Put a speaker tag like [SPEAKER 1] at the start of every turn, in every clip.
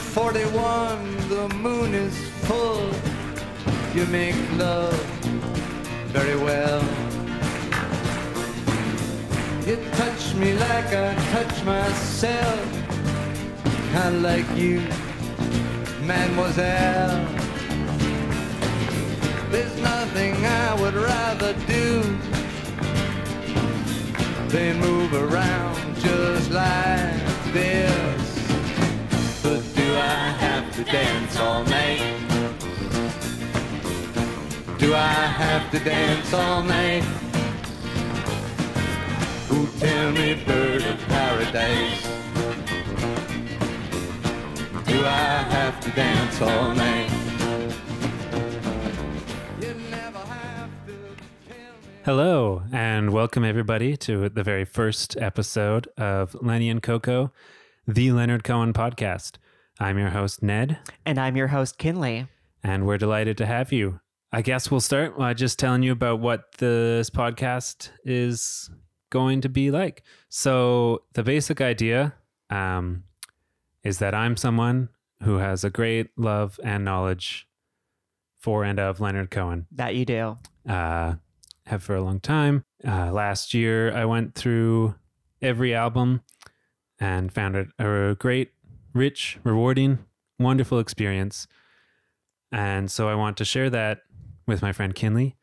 [SPEAKER 1] 41, the moon is full. You make love very well. You touch me like I touch myself. I like you, mademoiselle. There's nothing I would rather do. They move around just like this. But do I have to dance all night? Do I have to dance all night? Who tell me, bird of paradise? Do I have to dance all night? You never have to tell me.
[SPEAKER 2] Hello, and welcome everybody to the very first episode of Lenny and Coco, the Leonard Cohen podcast. I'm your host, Ned,
[SPEAKER 3] And I'm your host, Kinley.
[SPEAKER 2] and we're delighted to have you. I guess we'll start by just telling you about what this podcast is going to be like. So, the basic idea um, is that I'm someone who has a great love and knowledge for and of Leonard Cohen.
[SPEAKER 3] That you do.
[SPEAKER 2] uh, have for a long time. Uh, last year, I went through every album and found it a great, rich, rewarding, wonderful experience. And so I want to share that with my friend Kinley,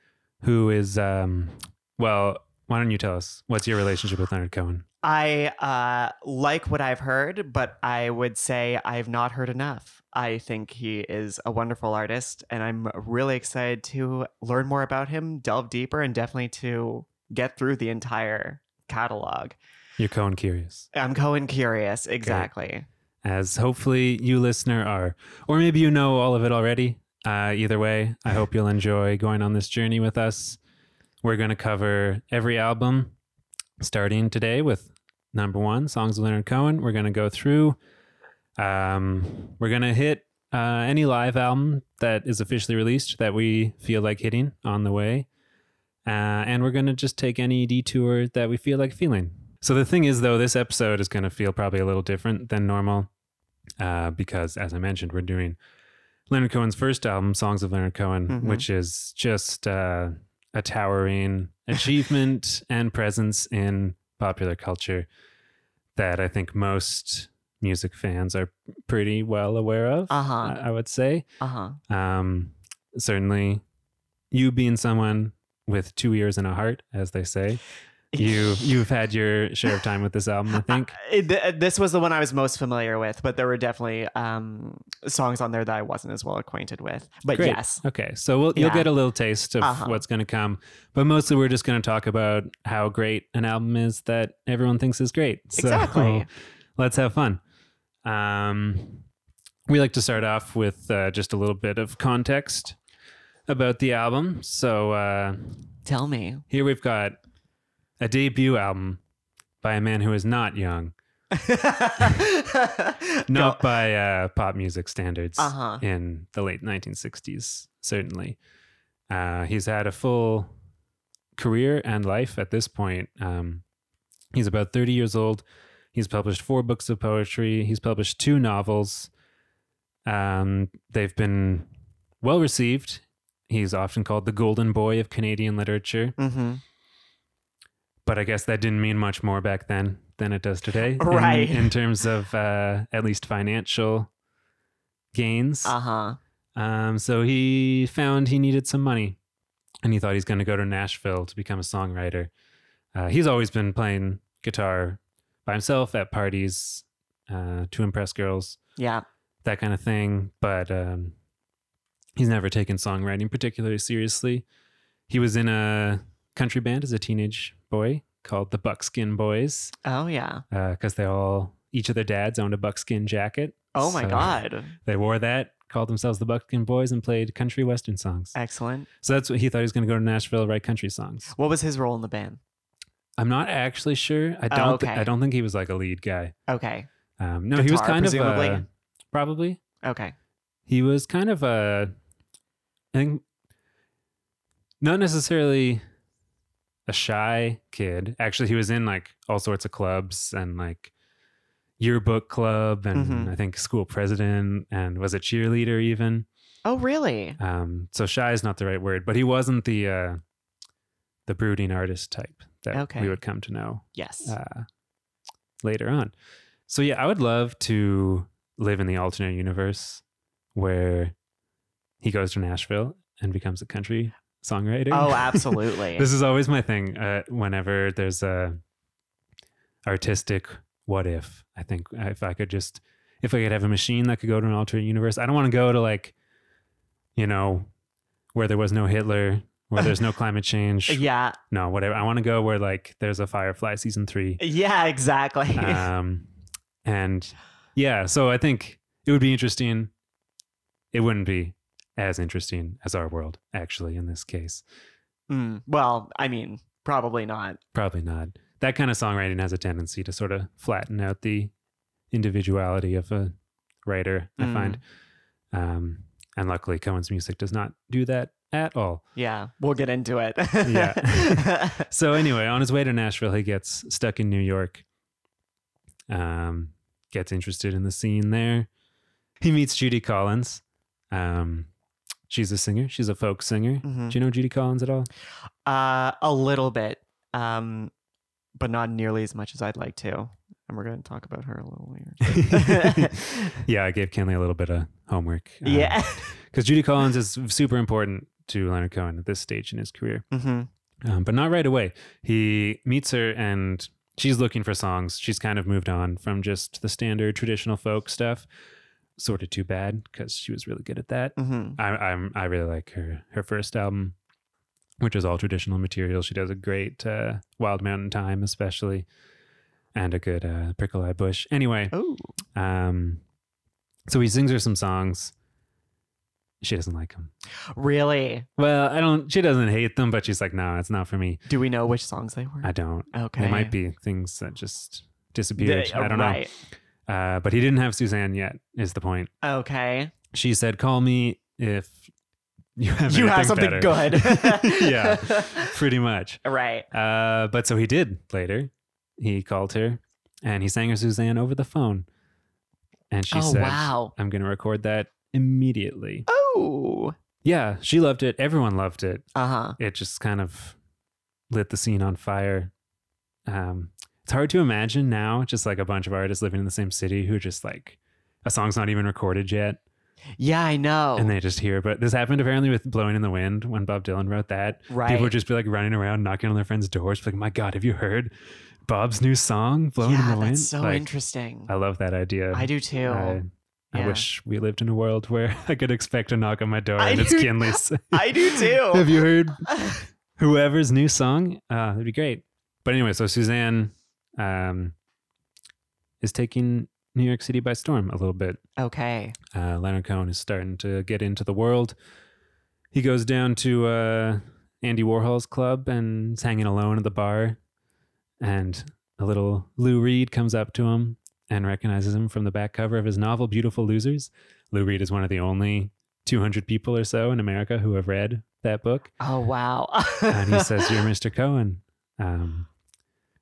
[SPEAKER 2] who is, um, well, why don't you tell us what's your relationship with Leonard Cohen?
[SPEAKER 3] I uh, like what I've heard, but I would say I've not heard enough. I think he is a wonderful artist, and I'm really excited to learn more about him, delve deeper, and definitely to get through the entire catalog.
[SPEAKER 2] You're Cohen curious,
[SPEAKER 3] I'm Cohen curious, exactly.
[SPEAKER 2] as hopefully you listener are, or maybe you know all of it already. Uh, either way, I hope you'll enjoy going on this journey with us. We're going to cover every album, starting today with number one, Songs of Leonard Cohen. We're going to go through, um, we're going to hit uh, any live album that is officially released that we feel like hitting on the way. Uh, and we're going to just take any detour that we feel like feeling. So the thing is, though, this episode is going to feel probably a little different than normal uh, because, as I mentioned, we're doing Leonard Cohen's first album, Songs of Leonard Cohen,
[SPEAKER 3] Mhm.
[SPEAKER 2] which is just uh, a towering achievement and presence in popular culture that I think most music fans are pretty well aware of.
[SPEAKER 3] Uh huh.
[SPEAKER 2] I I would say.
[SPEAKER 3] Uh huh.
[SPEAKER 2] Um, certainly, you being someone with two ears and a heart, as they say, you you've had your share of time with this album. I think.
[SPEAKER 3] I- th- this was the one I was most familiar with, but there were definitely um, songs on there that I wasn't as well acquainted with. But
[SPEAKER 2] Great.
[SPEAKER 3] Uh, yes,
[SPEAKER 2] Okay, so we'll, you'll
[SPEAKER 3] Yeah.
[SPEAKER 2] get a little taste of
[SPEAKER 3] Uh-huh.
[SPEAKER 2] what's going to come, but mostly we're just going to talk about how great an album is that everyone thinks is great. So
[SPEAKER 3] Exactly.
[SPEAKER 2] let's have fun. Um, we like to start off with uh, just a little bit of context about the album. So uh,
[SPEAKER 3] tell me.
[SPEAKER 2] Here we've got a debut album by a man who is not young, not by uh, pop music standards
[SPEAKER 3] Uh-huh.
[SPEAKER 2] in the late 1960s, certainly. Uh, he's had a full career and life at this point. Um, he's about 30 years old. He's published four books of poetry, he's published two novels. Um, they've been well received. He's often called the golden boy of Canadian literature.
[SPEAKER 3] Mm-hmm.
[SPEAKER 2] but I guess that didn't mean much more back then than it does today, in-
[SPEAKER 3] Right.
[SPEAKER 2] In, terms of uh, at least financial gains.
[SPEAKER 3] Uh huh.
[SPEAKER 2] Um, so he found he needed some money, and he thought he's going to go to Nashville to become a songwriter. Uh, he's always been playing guitar by himself at parties uh, to impress girls,
[SPEAKER 3] Yeah.
[SPEAKER 2] that kind of thing. But um, he's never taken songwriting particularly seriously. He was in a country band as a teenage boy called the Buckskin Boys
[SPEAKER 3] Oh yeah.
[SPEAKER 2] because they all each of their dads owned a buckskin jacket.
[SPEAKER 3] Oh my
[SPEAKER 2] So
[SPEAKER 3] God.
[SPEAKER 2] They wore that, called themselves the Buckskin Boys, and played country western songs.
[SPEAKER 3] Uh, Excellent.
[SPEAKER 2] So that's what he thought he was going to go to Nashville, write country songs.
[SPEAKER 3] What was his role in the band?
[SPEAKER 2] I'm not actually sure. I don't. thi-
[SPEAKER 3] Oh, okay.
[SPEAKER 2] I don't think he was like a lead guy.
[SPEAKER 3] Okay.
[SPEAKER 2] Um, no, he was
[SPEAKER 3] Guitar,
[SPEAKER 2] kind
[SPEAKER 3] presumably?
[SPEAKER 2] of a, probably.
[SPEAKER 3] Okay.
[SPEAKER 2] He was kind of a, I think, not necessarily a shy kid. Actually, he was in like all sorts of clubs and like yearbook club and
[SPEAKER 3] Mhm.
[SPEAKER 2] I think school president and was a cheerleader even.
[SPEAKER 3] Oh, really?
[SPEAKER 2] Um, so shy is not the right word, but he wasn't the uh, the brooding artist type that
[SPEAKER 3] Okay.
[SPEAKER 2] we would come to know
[SPEAKER 3] Yes.
[SPEAKER 2] uh, later on. So yeah, I would love to live in the alternate universe where he goes to Nashville and becomes a country songwriter.
[SPEAKER 3] oh, absolutely.
[SPEAKER 2] this is always my thing. Uh, whenever there's a artistic what if, I think uh, if I could just if I could have a machine that could go to an alternate universe, I don't want to go to like, you know, where there was no Hitler, where there's no climate change.
[SPEAKER 3] yeah.
[SPEAKER 2] No, whatever. I want to go where like there's a Firefly season three.
[SPEAKER 3] Yeah, exactly.
[SPEAKER 2] um, and yeah, so I think it would be interesting. It wouldn't be as interesting as our world, actually, in this case.
[SPEAKER 3] Mm, well, I mean, probably not.
[SPEAKER 2] Probably not. That kind of songwriting has a tendency to sort of flatten out the individuality of a writer, I
[SPEAKER 3] Mm.
[SPEAKER 2] find. Um, and luckily, Cohen's music does not do that at all.
[SPEAKER 3] Yeah, we'll get into it.
[SPEAKER 2] Yeah. So, anyway, on his way to Nashville, he gets stuck in New York, um, gets interested in the scene there. He meets Judy Collins. Um, she's a singer, she's a folk singer.
[SPEAKER 3] Mhm.
[SPEAKER 2] Do you know Judy Collins at all?
[SPEAKER 3] uh, a little bit, um, but not nearly as much as I'd like to. And we're going to talk about her a little later.
[SPEAKER 2] yeah, I gave Kenley a little bit of homework. Um,
[SPEAKER 3] yeah.
[SPEAKER 2] because Judy Collins is super important to Leonard Cohen at this stage in his career,
[SPEAKER 3] hmm
[SPEAKER 2] um, but not right away. He meets her and she's looking for songs. She's kind of moved on from just the standard traditional folk stuff. Sort of too bad because she was really good at that.
[SPEAKER 3] hmm
[SPEAKER 2] I, I'm I really like her her first album, which is all traditional material. She does a great uh, Wild Mountain Time, especially, and a good uh, Prickle Eye Bush. Anyway,
[SPEAKER 3] Oh,
[SPEAKER 2] um, so he sings her some songs. She doesn't like him.
[SPEAKER 3] really?
[SPEAKER 2] Well, I don't. She doesn't hate them, but she's like, no, it's not for me.
[SPEAKER 3] Do we know which songs they were?
[SPEAKER 2] I don't.
[SPEAKER 3] okay.
[SPEAKER 2] There might be things that just disappeared.
[SPEAKER 3] They-
[SPEAKER 2] I don't
[SPEAKER 3] right.
[SPEAKER 2] know. Uh, but he didn't have Suzanne yet. Is the point?
[SPEAKER 3] Okay.
[SPEAKER 2] She said, "Call me if you have
[SPEAKER 3] You have
[SPEAKER 2] anything
[SPEAKER 3] something
[SPEAKER 2] better."
[SPEAKER 3] good.
[SPEAKER 2] yeah, pretty much.
[SPEAKER 3] Right.
[SPEAKER 2] Uh, but so he did later. He called her, and he sang her Suzanne over the phone, and she
[SPEAKER 3] oh,
[SPEAKER 2] said,
[SPEAKER 3] wow.
[SPEAKER 2] "I'm going to record that immediately."
[SPEAKER 3] Oh.
[SPEAKER 2] Yeah, she loved it. Everyone loved it.
[SPEAKER 3] Uh huh.
[SPEAKER 2] it just kind of lit the scene on fire. Um, it's hard to imagine now, just like a bunch of artists living in the same city who just like a song's not even recorded yet,
[SPEAKER 3] Yeah, I know.
[SPEAKER 2] and they just hear. But this happened apparently with "Blowing in the Wind" when Bob Dylan wrote that.
[SPEAKER 3] right.
[SPEAKER 2] People would just be like running around, knocking on their friends' doors, like, "My God, have you heard Bob's new song,
[SPEAKER 3] yeah,
[SPEAKER 2] Blowing in the
[SPEAKER 3] that's
[SPEAKER 2] Wind?"
[SPEAKER 3] so
[SPEAKER 2] Like,
[SPEAKER 3] interesting.
[SPEAKER 2] I love that idea.
[SPEAKER 3] I do too.
[SPEAKER 2] I, I
[SPEAKER 3] Yeah.
[SPEAKER 2] wish we lived in a world where I could expect a knock on my door
[SPEAKER 3] I
[SPEAKER 2] and it's
[SPEAKER 3] do-
[SPEAKER 2] Kinley's.
[SPEAKER 3] I do too.
[SPEAKER 2] have you heard whoever's new song. Uh, that'd be great. But anyway, so Suzanne um, is taking New York City by storm a little bit.
[SPEAKER 3] okay.
[SPEAKER 2] Uh, Leonard Cohen is starting to get into the world. He goes down to uh, Andy Warhol's club and is hanging alone at the bar. And a little Lou Reed comes up to him and recognizes him from the back cover of his novel, Beautiful Losers. Lou Reed is one of the only 200 people or so in America who have read that book
[SPEAKER 3] Oh wow.
[SPEAKER 2] and he says, "You're Mr. Cohen." Um,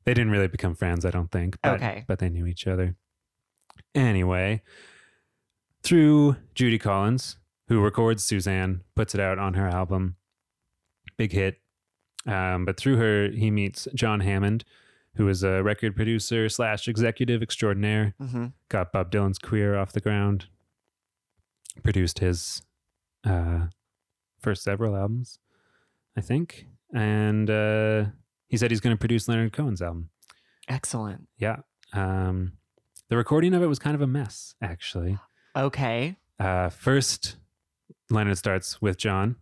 [SPEAKER 2] they didn't really become friends, I don't think. But,
[SPEAKER 3] Okay.
[SPEAKER 2] but they knew each other. Anyway, through Judy Collins, who records Suzanne, puts it out on her album, big hit. Um, but through her, he meets John Hammond, who is a record producer slash executive extraordinaire
[SPEAKER 3] Mhm.
[SPEAKER 2] got Bob Dylan's career off the ground, produced his uh, first several albums, I think. And uh, he said he's going to produce Leonard Cohen's album.
[SPEAKER 3] Excellent.
[SPEAKER 2] Yeah. Um, the recording of it was kind of a mess, actually.
[SPEAKER 3] Okay.
[SPEAKER 2] Uh, first, Leonard starts with John.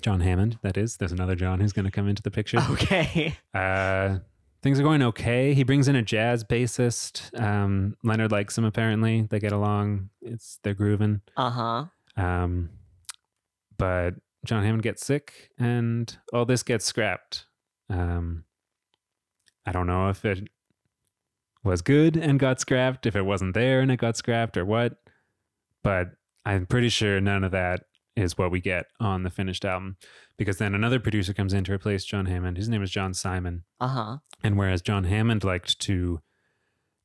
[SPEAKER 2] John Hammond, that is. There's another John who's going to come into the picture.
[SPEAKER 3] Okay.
[SPEAKER 2] Uh, things are going okay. He brings in a jazz bassist. Um, Leonard likes him apparently. They get along. It's they're grooving.
[SPEAKER 3] Uh huh.
[SPEAKER 2] Um, but John Hammond gets sick, and all this gets scrapped. Um, I don't know if it was good and got scrapped, if it wasn't there and it got scrapped, or what. But I'm pretty sure none of that is what we get on the finished album, because then another producer comes in to replace John Hammond. His name is John Simon.
[SPEAKER 3] Uh huh.
[SPEAKER 2] And whereas John Hammond liked to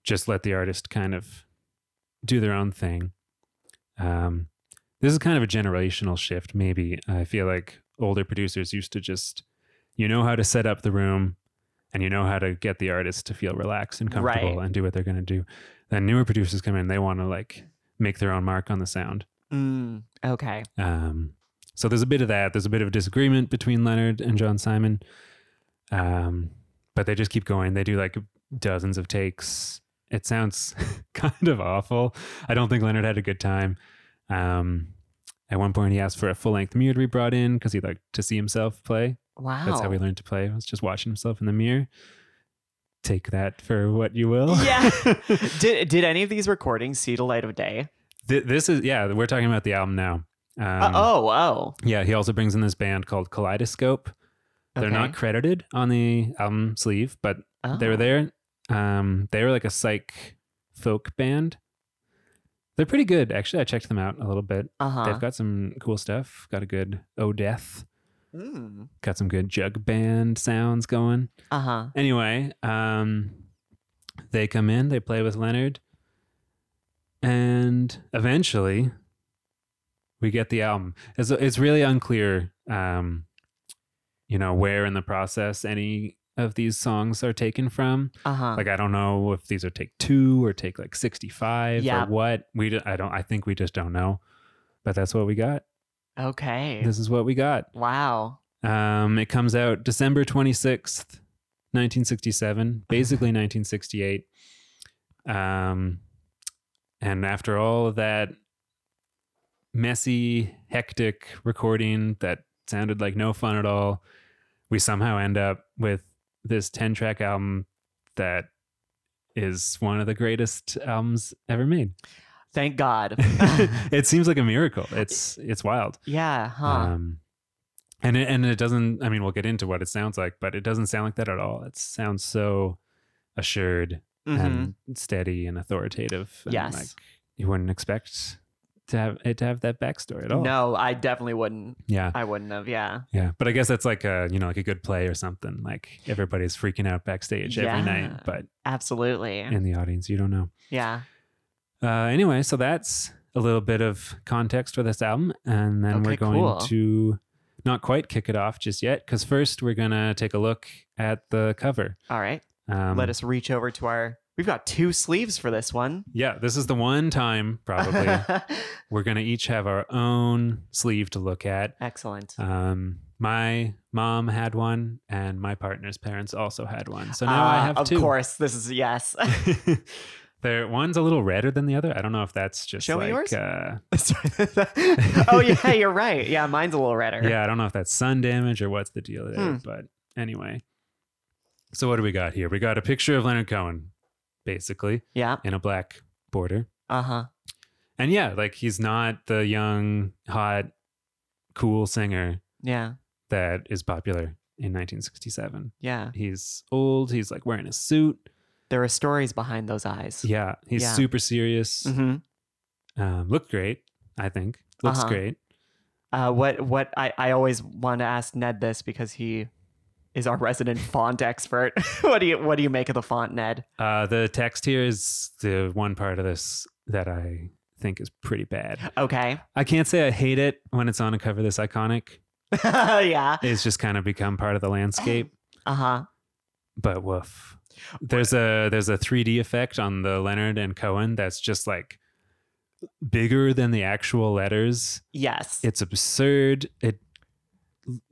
[SPEAKER 2] just let the artist kind of do their own thing. Um, this is kind of a generational shift, maybe. I feel like older producers used to just, you know, how to set up the room and you know how to get the artist to feel relaxed and comfortable
[SPEAKER 3] Right.
[SPEAKER 2] and do what they're going to do. Then newer producers come in, they want to like make their own mark on the sound.
[SPEAKER 3] Mm, okay.
[SPEAKER 2] Um, so there's a bit of that. There's a bit of disagreement between Leonard and John Simon. Um, but they just keep going. They do like dozens of takes. It sounds kind of awful. I don't think Leonard had a good time. Um, at one point, he asked for a full length mirror to be brought in because he liked to see himself play.
[SPEAKER 3] Wow.
[SPEAKER 2] That's how he learned to play. was just watching himself in the mirror. Take that for what you will.
[SPEAKER 3] yeah. did did any of these recordings see the light of day?
[SPEAKER 2] Th- this is yeah. We're talking about the album now. Um,
[SPEAKER 3] oh, oh.
[SPEAKER 2] Yeah, he also brings in this band called Kaleidoscope. They're not
[SPEAKER 3] Okay.
[SPEAKER 2] credited on the album sleeve, but
[SPEAKER 3] oh.
[SPEAKER 2] they were there. Um, they were like a psych folk band. They're pretty good, actually. I checked them out a little bit.
[SPEAKER 3] Uh-huh.
[SPEAKER 2] They've got some cool stuff. Got a good Oh Death.
[SPEAKER 3] Mm.
[SPEAKER 2] Got some good jug band sounds going.
[SPEAKER 3] Uh-huh.
[SPEAKER 2] Anyway, um, they come in. They play with Leonard, and eventually, we get the album. It's it's really unclear, um, you know, where in the process any of these songs are taken from.
[SPEAKER 3] Uh-huh.
[SPEAKER 2] Like I don't know if these are take two or take like sixty five
[SPEAKER 3] Yeah.
[SPEAKER 2] or what. We d- I don't I think we just don't know, but that's what we got.
[SPEAKER 3] okay.
[SPEAKER 2] This is what we got.
[SPEAKER 3] wow.
[SPEAKER 2] Um, it comes out December 26th, 1967, basically 1968. Um, and after all of that messy, hectic recording that sounded like no fun at all, we somehow end up with this 10 track album that is one of the greatest albums ever made.
[SPEAKER 3] Thank God.
[SPEAKER 2] it seems like a miracle. It's it's wild.
[SPEAKER 3] yeah, huh.
[SPEAKER 2] Um, and it, and it doesn't. I mean, we'll get into what it sounds like, but it doesn't sound like that at all. It sounds so assured
[SPEAKER 3] Mhm.
[SPEAKER 2] and steady and authoritative. and,
[SPEAKER 3] Yes.
[SPEAKER 2] like, you wouldn't expect to have it to have that backstory at all.
[SPEAKER 3] No, I definitely wouldn't.
[SPEAKER 2] Yeah,
[SPEAKER 3] I wouldn't have. Yeah.
[SPEAKER 2] yeah. But I guess that's like a you know like a good play or something. Like everybody's freaking out backstage every
[SPEAKER 3] Yeah.
[SPEAKER 2] night, but
[SPEAKER 3] Absolutely.
[SPEAKER 2] in the audience you don't know.
[SPEAKER 3] yeah.
[SPEAKER 2] Uh, anyway, so that's a little bit of context for this album, and then we're
[SPEAKER 3] Okay,
[SPEAKER 2] going
[SPEAKER 3] cool.
[SPEAKER 2] to not quite kick it off just yet, because first we're gonna take a look at the cover.
[SPEAKER 3] All right.
[SPEAKER 2] Um,
[SPEAKER 3] Let us reach over to our We've got two sleeves for this one.
[SPEAKER 2] Yeah, this is the one time probably we're gonna each have our own sleeve to look at.
[SPEAKER 3] Excellent.
[SPEAKER 2] Um, my mom had one, and my partner's parents also had one, so now
[SPEAKER 3] Ah,
[SPEAKER 2] I have
[SPEAKER 3] of
[SPEAKER 2] two.
[SPEAKER 3] course, this is yes.
[SPEAKER 2] there, one's a little redder than the other. I don't know if that's just
[SPEAKER 3] Show me
[SPEAKER 2] like,
[SPEAKER 3] yours.
[SPEAKER 2] Uh,
[SPEAKER 3] oh yeah, you're right. Yeah, mine's a little redder.
[SPEAKER 2] Yeah, I don't know if that's sun damage or what's the deal there,
[SPEAKER 3] Hmm.
[SPEAKER 2] but anyway. So what do we got here? We got a picture of Leonard Cohen, basically,
[SPEAKER 3] Yeah.
[SPEAKER 2] in a black border.
[SPEAKER 3] Uh huh.
[SPEAKER 2] And yeah, like he's not the young, hot, cool singer
[SPEAKER 3] Yeah.
[SPEAKER 2] that is popular in 1967.
[SPEAKER 3] Yeah.
[SPEAKER 2] He's old, he's like wearing a suit.
[SPEAKER 3] There are stories behind those eyes.
[SPEAKER 2] Yeah, he's
[SPEAKER 3] Yeah.
[SPEAKER 2] super serious.
[SPEAKER 3] Mm-hmm.
[SPEAKER 2] Um, looked great, I think. Looks
[SPEAKER 3] Uh-huh.
[SPEAKER 2] great.
[SPEAKER 3] Uh, what what I, I always want to ask Ned this because he is our resident font expert. what do you what do you make of the font, Ned?
[SPEAKER 2] Uh, the text here is the one part of this that I think is pretty bad.
[SPEAKER 3] Okay.
[SPEAKER 2] I can't say I hate it when it's on a cover this iconic.
[SPEAKER 3] yeah.
[SPEAKER 2] It's just kind of become part of the landscape.
[SPEAKER 3] Uh huh.
[SPEAKER 2] But woof. There's a there's a 3D effect on the Leonard and Cohen that's just like bigger than the actual letters.
[SPEAKER 3] Yes.
[SPEAKER 2] It's absurd. It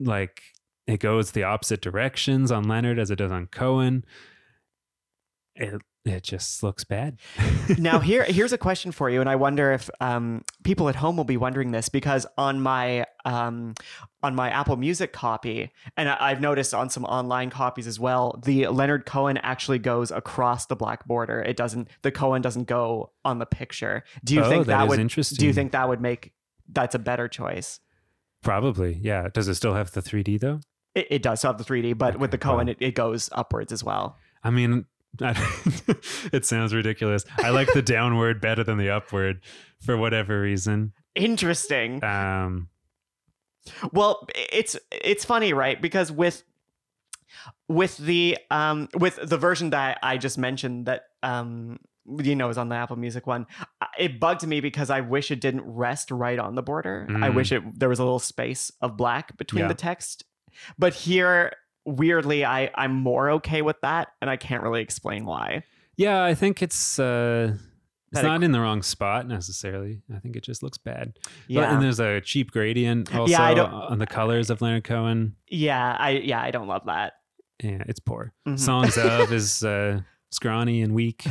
[SPEAKER 2] like it goes the opposite directions on Leonard as it does on Cohen. It it just looks bad.
[SPEAKER 3] now here here's a question for you and i wonder if um, people at home will be wondering this because on my um, on my apple music copy and I, i've noticed on some online copies as well the leonard cohen actually goes across the black border it doesn't the cohen doesn't go on the picture do you
[SPEAKER 2] Oh,
[SPEAKER 3] think that,
[SPEAKER 2] is
[SPEAKER 3] would
[SPEAKER 2] interesting?
[SPEAKER 3] do you think that would make that's a better choice
[SPEAKER 2] probably? Yeah. Does it still have the 3D though?
[SPEAKER 3] it, it does have the 3d but with
[SPEAKER 2] Okay,
[SPEAKER 3] the cohen
[SPEAKER 2] wow.
[SPEAKER 3] it, it goes upwards as well
[SPEAKER 2] I mean, I, it sounds ridiculous. I like the downward better than the upward for whatever reason.
[SPEAKER 3] interesting
[SPEAKER 2] Um,
[SPEAKER 3] Well, it's it's funny, right? Because with with the um with the version that I just mentioned that um you know is on the Apple Music one, I- it bugged me because I wish it didn't rest right on the border. I
[SPEAKER 2] Mm.
[SPEAKER 3] wish it there was a little space of black between
[SPEAKER 2] Yeah.
[SPEAKER 3] the text. But here weirdly I I'm more okay with that and I can't really explain why.
[SPEAKER 2] Yeah, I think it's uh, it's
[SPEAKER 3] That it-
[SPEAKER 2] not in the wrong spot necessarily. I think it just looks bad. But,
[SPEAKER 3] Yeah.
[SPEAKER 2] and there's a cheap gradient also
[SPEAKER 3] Yeah, I don't-
[SPEAKER 2] on the colors of Leonard Cohen.
[SPEAKER 3] yeah, I yeah, I don't love that.
[SPEAKER 2] Yeah, it's poor.
[SPEAKER 3] Mhm.
[SPEAKER 2] Songs of is uh, scrawny and weak.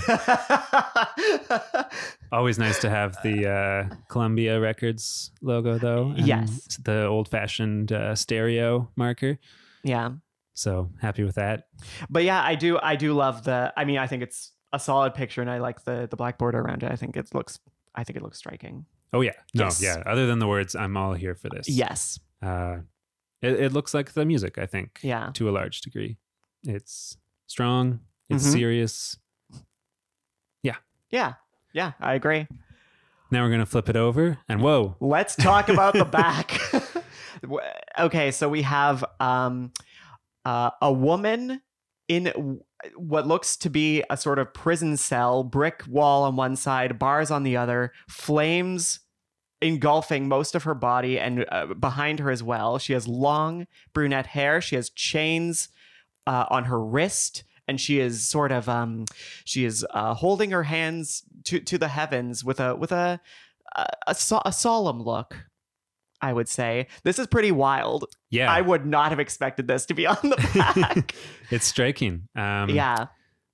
[SPEAKER 2] Always nice to have the uh, Columbia Records logo though. and
[SPEAKER 3] Yes.
[SPEAKER 2] the old-fashioned uh, stereo marker.
[SPEAKER 3] yeah.
[SPEAKER 2] So happy with that.
[SPEAKER 3] But yeah, I do I do love the I mean, I think it's a solid picture and I like the the black border around it. I think it looks I think it looks striking.
[SPEAKER 2] Oh yeah, no,
[SPEAKER 3] Yes.
[SPEAKER 2] yeah. Other than the words, I'm all here for this.
[SPEAKER 3] Yes.
[SPEAKER 2] uh, it, it looks like the music. I think.
[SPEAKER 3] Yeah.
[SPEAKER 2] to a large degree. It's strong, it's
[SPEAKER 3] Mhm.
[SPEAKER 2] serious.
[SPEAKER 3] Yeah. Yeah, I agree.
[SPEAKER 2] Now we're going to flip it over and whoa.
[SPEAKER 3] Let's talk about the back. W- okay, so we have um uh, a woman in w- what looks to be a sort of prison cell, brick wall on one side, bars on the other, flames engulfing most of her body and uh, behind her as well. She has long brunette hair. She has chains uh, on her wrist, and she is sort of um, she is uh, holding her hands to to the heavens with a with a a, a, so- a solemn look. I would say this is pretty wild.
[SPEAKER 2] Yeah.
[SPEAKER 3] I would not have expected this to be on the back.
[SPEAKER 2] it's striking. Um,
[SPEAKER 3] yeah.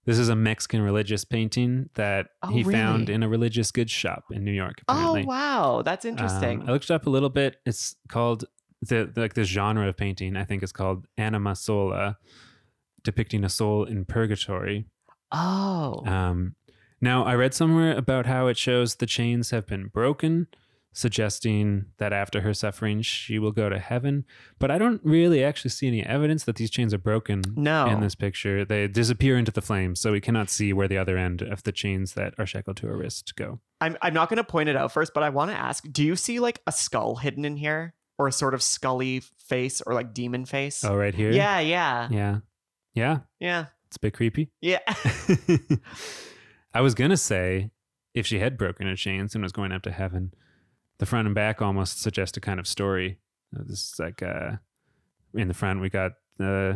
[SPEAKER 2] This is a Mexican religious painting that
[SPEAKER 3] Oh,
[SPEAKER 2] he found
[SPEAKER 3] really?
[SPEAKER 2] in a religious goods shop in New York.
[SPEAKER 3] Oh
[SPEAKER 2] Apparently.
[SPEAKER 3] wow, that's interesting.
[SPEAKER 2] Um, I looked it up a little bit. It's called the like this genre of painting. I think is called anima sola, depicting a soul in purgatory.
[SPEAKER 3] oh,
[SPEAKER 2] Um, now, I read somewhere about how it shows the chains have been broken, suggesting that after her suffering, she will go to heaven. But I don't really actually see any evidence that these chains are broken
[SPEAKER 3] no.
[SPEAKER 2] in this picture. They disappear into the flames, so we cannot see where the other end of the chains that are shackled to her wrist go.
[SPEAKER 3] I'm I'm not going to point it out first, but I want to ask: Do you see like a skull hidden in here, or a sort of scully face, or like demon face?
[SPEAKER 2] Oh, right here?
[SPEAKER 3] yeah, yeah,
[SPEAKER 2] Yeah. Yeah.
[SPEAKER 3] yeah,
[SPEAKER 2] It's a bit creepy.
[SPEAKER 3] yeah.
[SPEAKER 2] I was going to say if she had broken her chains and was going up to heaven, the front and back almost suggest a kind of story. Uh, This is like uh, in the front, we got uh,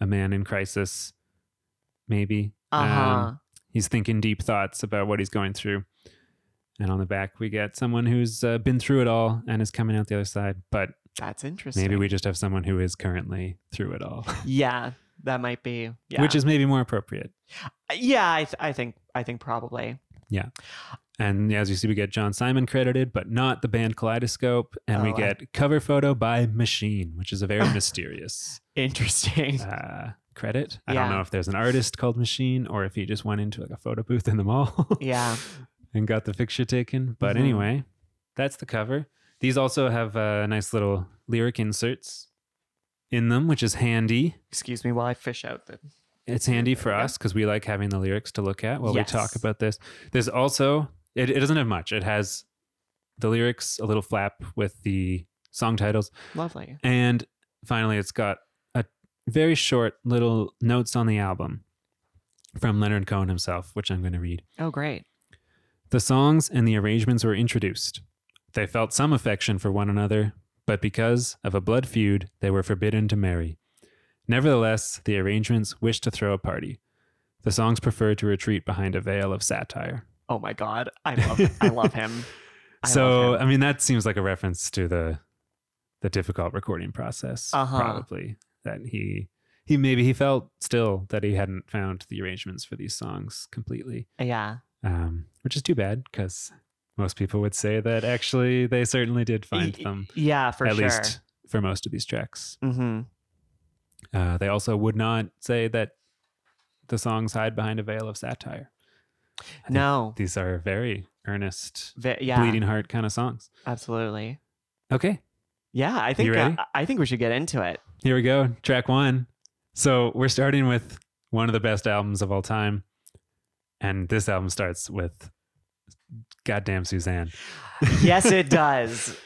[SPEAKER 2] a man in crisis, maybe.
[SPEAKER 3] Uh huh.
[SPEAKER 2] Um, he's thinking deep thoughts about what he's going through. And on the back, we get someone who's uh, been through it all and is coming out the other side. But
[SPEAKER 3] That's interesting.
[SPEAKER 2] maybe we just have someone who is currently through it all,
[SPEAKER 3] Yeah, that might be. Yeah.
[SPEAKER 2] which is maybe more appropriate.
[SPEAKER 3] Yeah, I th- I think I think probably.
[SPEAKER 2] And as you see, we get John Simon credited, but not the band Kaleidoscope. And we
[SPEAKER 3] Oh, I-
[SPEAKER 2] get cover photo by Machine, which is a very mysterious
[SPEAKER 3] Interesting.
[SPEAKER 2] uh, credit. I
[SPEAKER 3] Yeah.
[SPEAKER 2] don't know if there's an artist called Machine or if he just went into like a photo booth in the mall
[SPEAKER 3] Yeah.
[SPEAKER 2] and got the picture taken. But
[SPEAKER 3] Mhm.
[SPEAKER 2] anyway, that's the cover. These also have uh, nice little lyric inserts in them, which is handy.
[SPEAKER 3] Excuse me while I fish out the.
[SPEAKER 2] It's handy
[SPEAKER 3] There
[SPEAKER 2] for
[SPEAKER 3] we go.
[SPEAKER 2] us because we like having the lyrics to look at while
[SPEAKER 3] Yes.
[SPEAKER 2] we talk about this. There's also it, it doesn't have much. It has the lyrics, a little flap with the song titles,
[SPEAKER 3] Lovely.
[SPEAKER 2] and finally it's got a very short little notes on the album from Leonard Cohen himself, which I'm going to read.
[SPEAKER 3] Oh, great.
[SPEAKER 2] The songs and the arrangements were introduced. They felt some affection for one another, but because of a blood feud, they were forbidden to marry. Nevertheless, the arrangements wished to throw a party. The songs preferred to retreat behind a veil of satire.
[SPEAKER 3] Oh my God, I love I love him. I
[SPEAKER 2] so,
[SPEAKER 3] love
[SPEAKER 2] I mean, that seems like a reference to the the difficult recording process,
[SPEAKER 3] Uh-huh.
[SPEAKER 2] probably that he he maybe he felt still that he hadn't found the arrangements for these songs completely.
[SPEAKER 3] him. yeah.
[SPEAKER 2] um, which is too bad because most people would say that actually they certainly did find
[SPEAKER 3] Y-
[SPEAKER 2] them,
[SPEAKER 3] Yeah, for
[SPEAKER 2] at
[SPEAKER 3] sure.
[SPEAKER 2] least for most of these tracks.
[SPEAKER 3] Mm-hmm.
[SPEAKER 2] Uh, they also would not say that the songs hide behind a veil of satire. think
[SPEAKER 3] No.
[SPEAKER 2] These are very earnest,
[SPEAKER 3] Ve- yeah.
[SPEAKER 2] bleeding heart kind of songs.
[SPEAKER 3] Absolutely.
[SPEAKER 2] Okay,
[SPEAKER 3] Yeah, I think uh,
[SPEAKER 2] ready?
[SPEAKER 3] I think we should get into it.
[SPEAKER 2] here we go. Track one. So we're starting with one of the best albums of all time. And this album starts with Goddamn Suzanne.
[SPEAKER 3] yes, it does.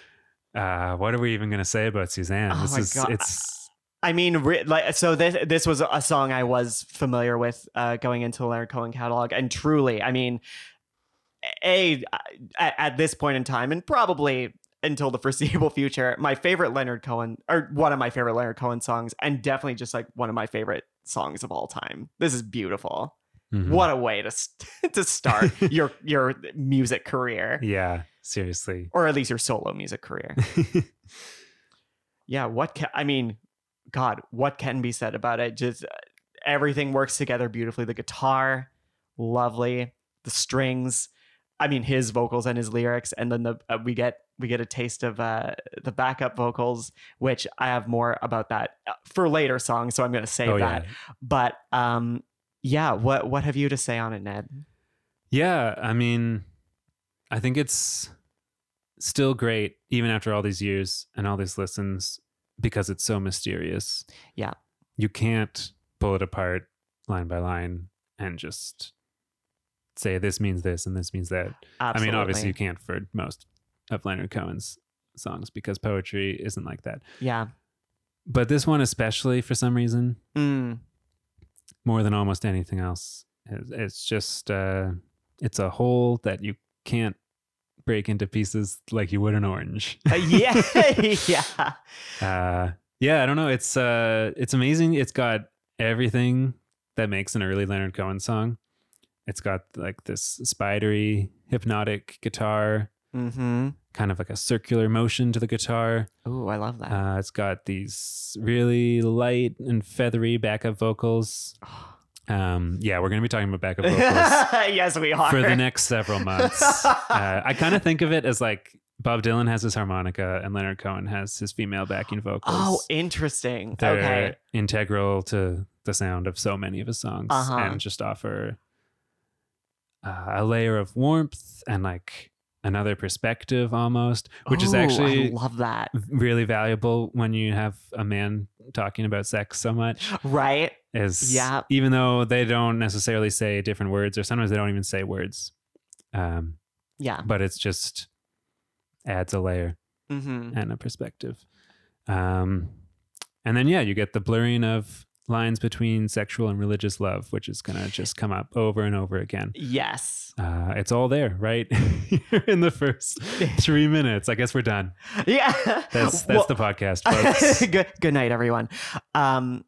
[SPEAKER 2] uh, what are we even going to say about Suzanne?
[SPEAKER 3] Oh
[SPEAKER 2] this
[SPEAKER 3] my
[SPEAKER 2] is
[SPEAKER 3] God.
[SPEAKER 2] it's
[SPEAKER 3] I mean, re- like, so this this was a song I was familiar with uh, going into the Leonard Cohen catalog, and truly, I mean, a at, at this point in time, and probably until the foreseeable future, my favorite Leonard Cohen, or one of my favorite Leonard Cohen songs, and definitely just like one of my favorite songs of all time. This is beautiful.
[SPEAKER 2] Mhm.
[SPEAKER 3] What a way to st- to start your your music career,
[SPEAKER 2] Yeah, seriously.
[SPEAKER 3] or at least your solo music career. yeah what can i mean god what can be said about it just uh, everything works together beautifully the guitar lovely the strings i mean his vocals and his lyrics and then the uh, we get we get a taste of uh, the backup vocals which i have more about that uh, for later songs so i'm going to save
[SPEAKER 2] oh
[SPEAKER 3] that
[SPEAKER 2] yeah.
[SPEAKER 3] but um yeah what what have you to say on it ned
[SPEAKER 2] Yeah, I mean, I think it's still great even after all these years and all these listens because it's so mysterious.
[SPEAKER 3] Yeah.
[SPEAKER 2] You can't pull it apart line by line and just say this means this and this means that.
[SPEAKER 3] Absolutely.
[SPEAKER 2] I mean, obviously you can't for most of Leonard Cohen's songs because poetry isn't like that.
[SPEAKER 3] yeah
[SPEAKER 2] But this one especially for some reason
[SPEAKER 3] Mm,
[SPEAKER 2] more than almost anything else. It- It's just uh, it's a hole that you can't break into pieces like you would an orange.
[SPEAKER 3] Uh, yeah yeah
[SPEAKER 2] Uh, yeah, I don't know. It's uh, it's amazing. It's got everything that makes an early Leonard Cohen song. It's got like this spidery, hypnotic guitar,
[SPEAKER 3] mm-hmm
[SPEAKER 2] kind of like a circular motion to the guitar.
[SPEAKER 3] Ooh, i love that
[SPEAKER 2] Uh, it's got these really light and feathery backup vocals. Um, yeah, we're gonna be talking about backup vocals
[SPEAKER 3] yes, we are.
[SPEAKER 2] for the next several months. uh, I kind of think of it as like Bob Dylan has his harmonica and Leonard Cohen has his female backing vocals.
[SPEAKER 3] Oh, interesting.
[SPEAKER 2] They're
[SPEAKER 3] okay.
[SPEAKER 2] integral to the sound of so many of his songs
[SPEAKER 3] Uh-huh.
[SPEAKER 2] and just offer uh, a layer of warmth and like another perspective almost, which is
[SPEAKER 3] Ooh,
[SPEAKER 2] actually
[SPEAKER 3] I love that.
[SPEAKER 2] really valuable when you have a man talking about sex so much
[SPEAKER 3] Right?
[SPEAKER 2] is
[SPEAKER 3] Yeah.
[SPEAKER 2] even though they don't necessarily say different words or sometimes they don't even say words um,
[SPEAKER 3] Yeah.
[SPEAKER 2] but it's just adds a layer
[SPEAKER 3] Mm-hmm.
[SPEAKER 2] and a perspective. Um, and then yeah, you get the blurring of lines between sexual and religious love, which is gonna just come up over and over again.
[SPEAKER 3] Yes.
[SPEAKER 2] Uh, it's all there, right? In the first three minutes. I guess we're done.
[SPEAKER 3] Yeah.
[SPEAKER 2] That's that's
[SPEAKER 3] Well-
[SPEAKER 2] the podcast, folks.
[SPEAKER 3] good, good night, everyone. Um,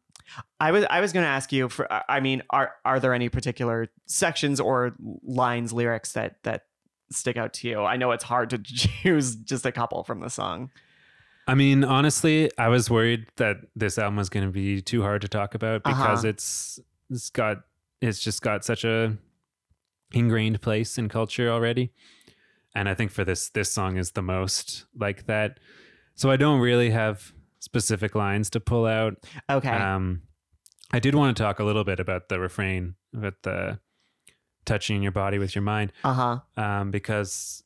[SPEAKER 3] I was I was going to ask you for. I mean, are are there any particular sections or lines, lyrics that that stick out to you? I know it's hard to choose just a couple from the song.
[SPEAKER 2] I mean, honestly, I was worried that this album was going to be too hard to talk about because
[SPEAKER 3] Uh-huh.
[SPEAKER 2] it's it's got it's just got such a ingrained place in culture already. And I think for this this song is the most like that. So I don't really have specific lines to pull out.
[SPEAKER 3] Okay.
[SPEAKER 2] Um I did want to talk a little bit about the refrain about the touching your body with your mind
[SPEAKER 3] Uh huh.
[SPEAKER 2] um, because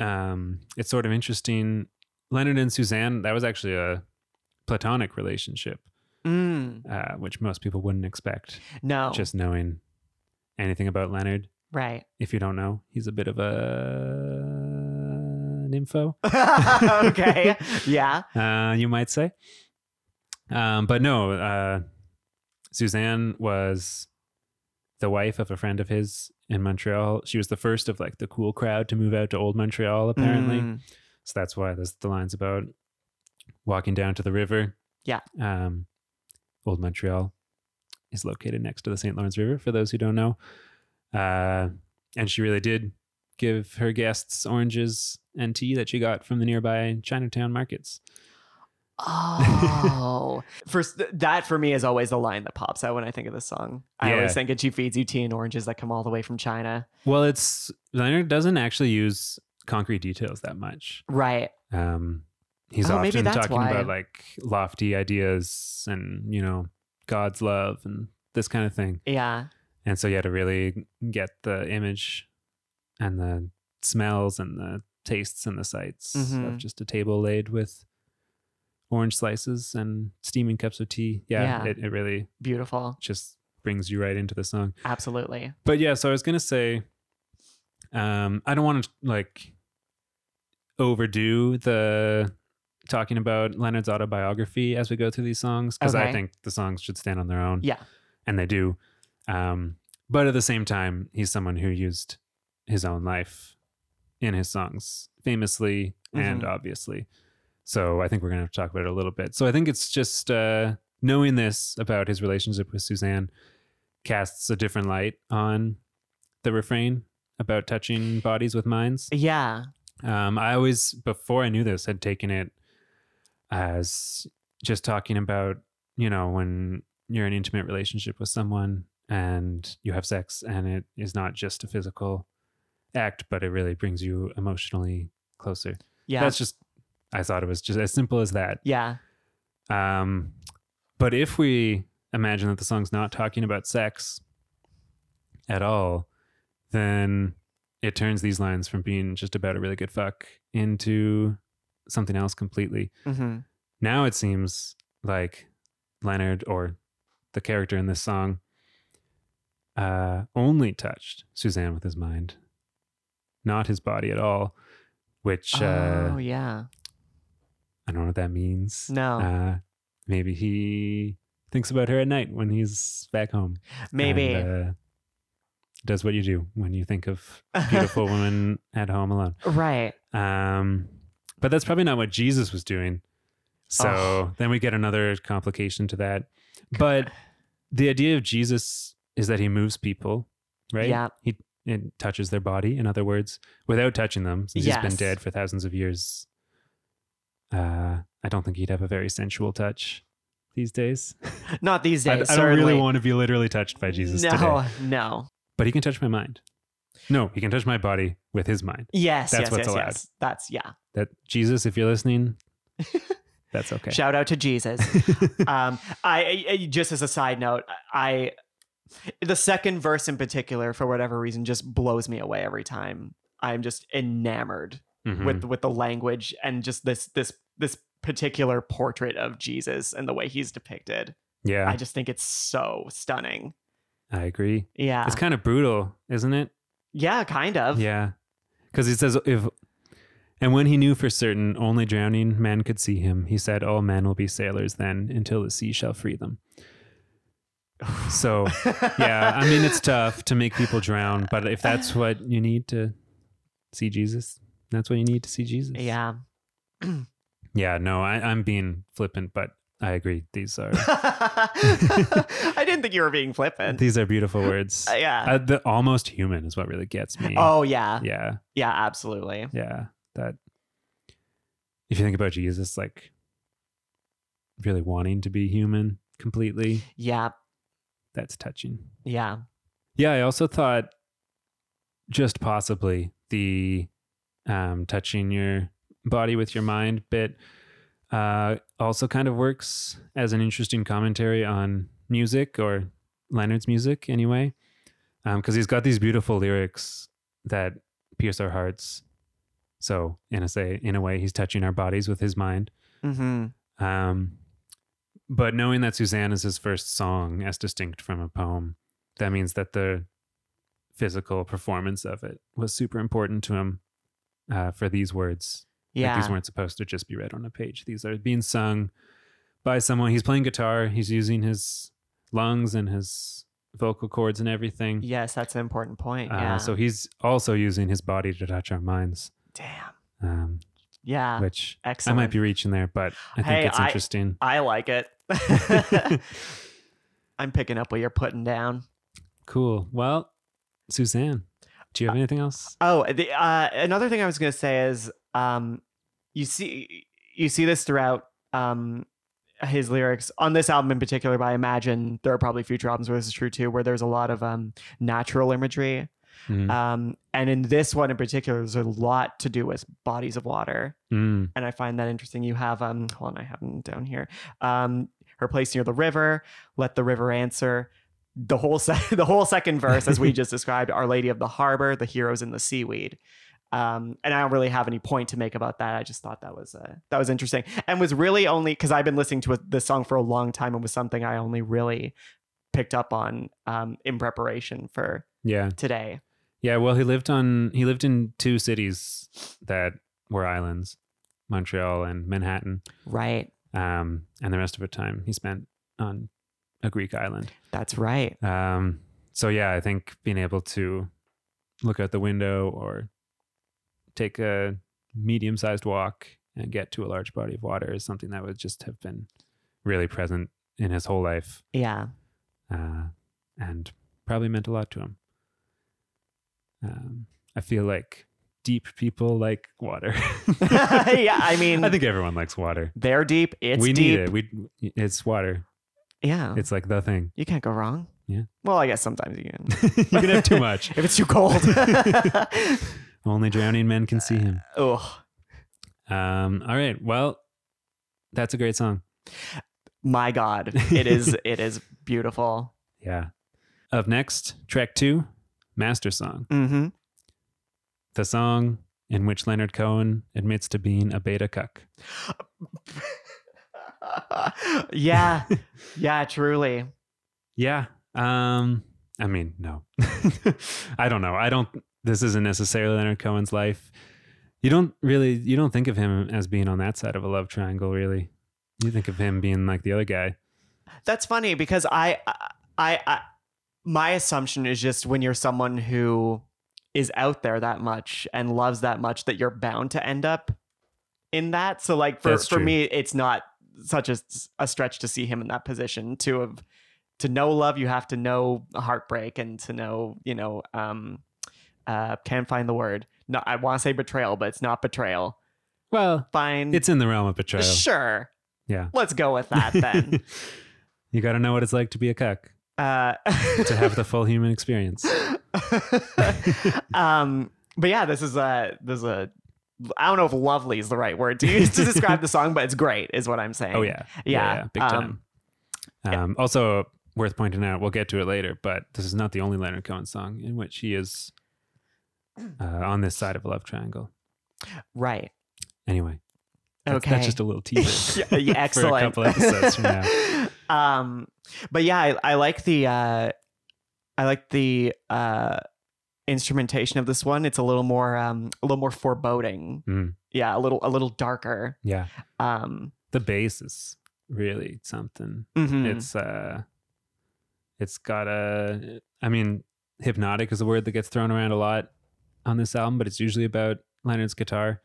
[SPEAKER 2] um, it's sort of interesting. Leonard and Suzanne, that was actually a platonic relationship,
[SPEAKER 3] Mm,
[SPEAKER 2] uh, which most people wouldn't expect.
[SPEAKER 3] no.
[SPEAKER 2] Just knowing anything about Leonard,
[SPEAKER 3] right.
[SPEAKER 2] if you don't know, he's a bit of a nympho,
[SPEAKER 3] okay. Yeah.
[SPEAKER 2] uh, you might say. Um, but no, uh, Suzanne was the wife of a friend of his in Montreal. She was the first of like the cool crowd to move out to old Montreal, apparently.
[SPEAKER 3] Mm,
[SPEAKER 2] So that's why there's the lines about walking down to the river.
[SPEAKER 3] Yeah.
[SPEAKER 2] Um, Old Montreal is located next to the St. Lawrence River, for those who don't know. Uh, and she really did give her guests oranges and tea that she got from the nearby Chinatown markets.
[SPEAKER 3] Oh, first that for me is always the line that pops out when I think of this song. I
[SPEAKER 2] Yeah.
[SPEAKER 3] always think it. She feeds you tea and oranges that come all the way from China.
[SPEAKER 2] Well, it's Leonard doesn't actually use concrete details that much.
[SPEAKER 3] Right.
[SPEAKER 2] Um, he's
[SPEAKER 3] Oh, maybe
[SPEAKER 2] often
[SPEAKER 3] that's
[SPEAKER 2] talking
[SPEAKER 3] why.
[SPEAKER 2] about like lofty ideas and, you know, God's love and this kind of thing.
[SPEAKER 3] Yeah.
[SPEAKER 2] And so you had to really get the image and the smells and the tastes and the sights
[SPEAKER 3] Mhm.
[SPEAKER 2] of just a table laid with orange slices and steaming cups of tea. Yeah,
[SPEAKER 3] Yeah.
[SPEAKER 2] It, it really
[SPEAKER 3] Beautiful.
[SPEAKER 2] just brings you right into the song.
[SPEAKER 3] Absolutely.
[SPEAKER 2] But yeah, so I was going to say, um, I don't want to like overdo the talking about Leonard's autobiography as we go through these songs because I
[SPEAKER 3] Okay.
[SPEAKER 2] think the songs should stand on their own.
[SPEAKER 3] Yeah.
[SPEAKER 2] and they do. Um, but at the same time, he's someone who used his own life in his songs, famously and
[SPEAKER 3] Mhm.
[SPEAKER 2] obviously. So I think we're gonna have to talk about it a little bit. So I think it's just uh, knowing this about his relationship with Suzanne casts a different light on the refrain about touching bodies with minds.
[SPEAKER 3] Yeah.
[SPEAKER 2] Um, I always, before I knew this, had taken it as just talking about, you know, when you're in an intimate relationship with someone and you have sex and it is not just a physical act, but it really brings you emotionally closer.
[SPEAKER 3] Yeah.
[SPEAKER 2] That's just, I thought it was just as simple as that.
[SPEAKER 3] yeah.
[SPEAKER 2] Um, but if we imagine that the song's not talking about sex at all, then it turns these lines from being just about a really good fuck into something else completely.
[SPEAKER 3] hmm
[SPEAKER 2] Now it seems like Leonard or the character in this song uh, only touched Suzanne with his mind, not his body at all, which
[SPEAKER 3] Oh
[SPEAKER 2] uh,
[SPEAKER 3] yeah.
[SPEAKER 2] I don't know what that means.
[SPEAKER 3] No.
[SPEAKER 2] Uh, maybe he thinks about her at night when he's back home.
[SPEAKER 3] Maybe.
[SPEAKER 2] And, uh, does what you do when you think of uh, beautiful women at home alone.
[SPEAKER 3] right.
[SPEAKER 2] Um, but that's probably not what Jesus was doing. So
[SPEAKER 3] Oh.
[SPEAKER 2] then we get another complication to that. But the idea of Jesus is that he moves people, right?
[SPEAKER 3] Yeah.
[SPEAKER 2] He it touches their body, in other words, without touching them. Since he's been
[SPEAKER 3] Yes.
[SPEAKER 2] dead for thousands of years. Uh, I don't think he'd have a very sensual touch these days.
[SPEAKER 3] Not these
[SPEAKER 2] I, I
[SPEAKER 3] days.
[SPEAKER 2] don't really
[SPEAKER 3] certainly.
[SPEAKER 2] want to be literally touched by Jesus
[SPEAKER 3] No.
[SPEAKER 2] today.
[SPEAKER 3] No.
[SPEAKER 2] But he can touch my mind. No, he can touch my body with his mind.
[SPEAKER 3] Yes.
[SPEAKER 2] That's
[SPEAKER 3] yes.
[SPEAKER 2] what's
[SPEAKER 3] yes.
[SPEAKER 2] allowed.
[SPEAKER 3] Yes. That's yeah.
[SPEAKER 2] That Jesus, if you're listening, that's okay.
[SPEAKER 3] Shout out to Jesus. um, I, I- I- just as a side note, I the second verse in particular, for whatever reason, just blows me away every time. I'm just enamored
[SPEAKER 2] Mhm.
[SPEAKER 3] with with the language and just this this this particular portrait of Jesus and the way he's depicted.
[SPEAKER 2] yeah,
[SPEAKER 3] I just think it's so stunning.
[SPEAKER 2] I agree.
[SPEAKER 3] Yeah,
[SPEAKER 2] It's kind of brutal, isn't it?
[SPEAKER 3] yeah, kind of.
[SPEAKER 2] Yeah. Because he says, if, and when he knew for certain only drowning men could see him, he said, All men will be sailors then until the sea shall free them. So, yeah, I mean, it's tough to make people drown, but if that's what you need to see Jesus, that's what you need to see Jesus.
[SPEAKER 3] yeah.
[SPEAKER 2] Yeah, no, I, I'm being flippant, but I agree. These are,
[SPEAKER 3] I didn't think you were being flippant.
[SPEAKER 2] these are beautiful words.
[SPEAKER 3] Uh, yeah.
[SPEAKER 2] Uh, the almost human is what really gets me.
[SPEAKER 3] oh yeah. yeah.
[SPEAKER 2] yeah.
[SPEAKER 3] absolutely.
[SPEAKER 2] yeah that if you think about jesus like really wanting to be human completely
[SPEAKER 3] Yeah.
[SPEAKER 2] that's touching
[SPEAKER 3] Yeah.
[SPEAKER 2] yeah i also thought just possibly the um touching your body with your mind bit uh also kind of works as an interesting commentary on music or leonard's music anyway because he's got these beautiful lyrics that pierce our hearts so in a say in a way he's touching our bodies with his mind
[SPEAKER 3] Mm-hmm.
[SPEAKER 2] um, but knowing that Suzanne is his first song as distinct from a poem, that means that the physical performance of it was super important to him uh, for these words. Like,
[SPEAKER 3] Yeah.
[SPEAKER 2] these weren't supposed to just be read on a page, these are being sung by someone. He's playing guitar, he's using his lungs and his vocal cords and everything.
[SPEAKER 3] Yes, that's an important point.
[SPEAKER 2] Mm. Uh,
[SPEAKER 3] yeah.
[SPEAKER 2] So he's also using his body to touch our minds,
[SPEAKER 3] damn.
[SPEAKER 2] um,
[SPEAKER 3] Yeah.
[SPEAKER 2] which
[SPEAKER 3] Ah, Excellent.
[SPEAKER 2] I might be reaching there, but I think
[SPEAKER 3] Hey,
[SPEAKER 2] it's
[SPEAKER 3] I-
[SPEAKER 2] interesting.
[SPEAKER 3] I like it. I'm picking up what you're putting down.
[SPEAKER 2] Cool. Well, Suzanne, do you have anything else?
[SPEAKER 3] Oh, the, uh, another thing I was gonna say is, um, you see, you see this throughout um, his lyrics on this album in particular. But I imagine there are probably future albums where this is true too, where there's a lot of um, natural imagery.
[SPEAKER 2] Mm.
[SPEAKER 3] Um, and in this one in particular, there's a lot to do with bodies of water.
[SPEAKER 2] Mm.
[SPEAKER 3] and I find that interesting. You have um, hold on, I have them down here. Um, her place near the river. Let the river answer. The whole se- the whole second verse, as we just described, Our Lady of the Harbor, the heroes in the seaweed. Um, and I don't really have any point to make about that. I just thought that was uh, that was interesting, and was really only because I've been listening to this song for a long time, and was something I only really picked up on um, in preparation for
[SPEAKER 2] Yeah.
[SPEAKER 3] today.
[SPEAKER 2] Yeah. Well, he lived on, he lived in two cities that were islands. Montreal and Manhattan.
[SPEAKER 3] Right.
[SPEAKER 2] Um, and the rest of the time he spent on a Greek island.
[SPEAKER 3] That's right.
[SPEAKER 2] Um, so yeah, I think being able to look out the window or take a medium-sized walk and get to a large body of water is something that would just have been really present in his whole life,
[SPEAKER 3] Yeah.
[SPEAKER 2] uh, and probably meant a lot to him. Um, I feel like deep people like water.
[SPEAKER 3] yeah. I mean,
[SPEAKER 2] I think everyone likes water.
[SPEAKER 3] they're deep. It's
[SPEAKER 2] we
[SPEAKER 3] deep.
[SPEAKER 2] need
[SPEAKER 3] Oh.
[SPEAKER 2] it. We it's water.
[SPEAKER 3] Yeah.
[SPEAKER 2] It's like the thing.
[SPEAKER 3] you can't go wrong.
[SPEAKER 2] Yeah.
[SPEAKER 3] Well, I guess sometimes you can.
[SPEAKER 2] you can have too much.
[SPEAKER 3] if it's too cold.
[SPEAKER 2] Only drowning men can see him.
[SPEAKER 3] oh.
[SPEAKER 2] Um, all right. Well, that's a great song.
[SPEAKER 3] My God. It is it is beautiful.
[SPEAKER 2] Yeah. Up next, track two, Master Song.
[SPEAKER 3] Mm-hmm.
[SPEAKER 2] The song in which Leonard Cohen admits to being a beta cuck.
[SPEAKER 3] yeah. Yeah, truly.
[SPEAKER 2] Yeah. Um, I mean, no. I don't know. I don't this isn't necessarily Leonard Cohen's life. You don't really you don't think of him as being on that side of a love triangle, really. You think of him being like the other guy.
[SPEAKER 3] That's funny because I, I, I, my assumption is just when you're someone who is out there that much and loves that much that you're bound to end up in that. So like for
[SPEAKER 2] That's
[SPEAKER 3] for
[SPEAKER 2] true.
[SPEAKER 3] me, it's not such a, a stretch to see him in that position. To have to know love, you have to know heartbreak and to know you know um uh can't find the word. No, I want to say betrayal, but it's not betrayal.
[SPEAKER 2] Well,
[SPEAKER 3] Fine,
[SPEAKER 2] it's in the realm of betrayal.
[SPEAKER 3] sure.
[SPEAKER 2] Yeah.
[SPEAKER 3] Let's go with that then.
[SPEAKER 2] you got to know what it's like to be a cuck,
[SPEAKER 3] uh,
[SPEAKER 2] to have the full human experience.
[SPEAKER 3] um, but yeah, this is a this is a I don't know if "lovely" is the right word to use to describe the song, but it's great, is what I'm saying.
[SPEAKER 2] Oh yeah,
[SPEAKER 3] Yeah,
[SPEAKER 2] big
[SPEAKER 3] um,
[SPEAKER 2] time. Um, Also worth pointing out, we'll get to it later, but this is not the only Leonard Cohen song in which he is uh, on this side of a love triangle.
[SPEAKER 3] right.
[SPEAKER 2] Anyway, that's,
[SPEAKER 3] okay,
[SPEAKER 2] that's just a little teaser.
[SPEAKER 3] Yeah, yeah, excellent.
[SPEAKER 2] For a couple episodes from now.
[SPEAKER 3] um, but yeah, I, I like the uh, I like the uh, instrumentation of this one. It's a little more um, a little more foreboding.
[SPEAKER 2] Mm.
[SPEAKER 3] Yeah, a little a little darker.
[SPEAKER 2] Yeah,
[SPEAKER 3] Um,
[SPEAKER 2] the bass is really something.
[SPEAKER 3] mhm.
[SPEAKER 2] It's uh, it's got a. I mean, hypnotic is a word that gets thrown around a lot on this album, but it's usually about Leonard's guitar.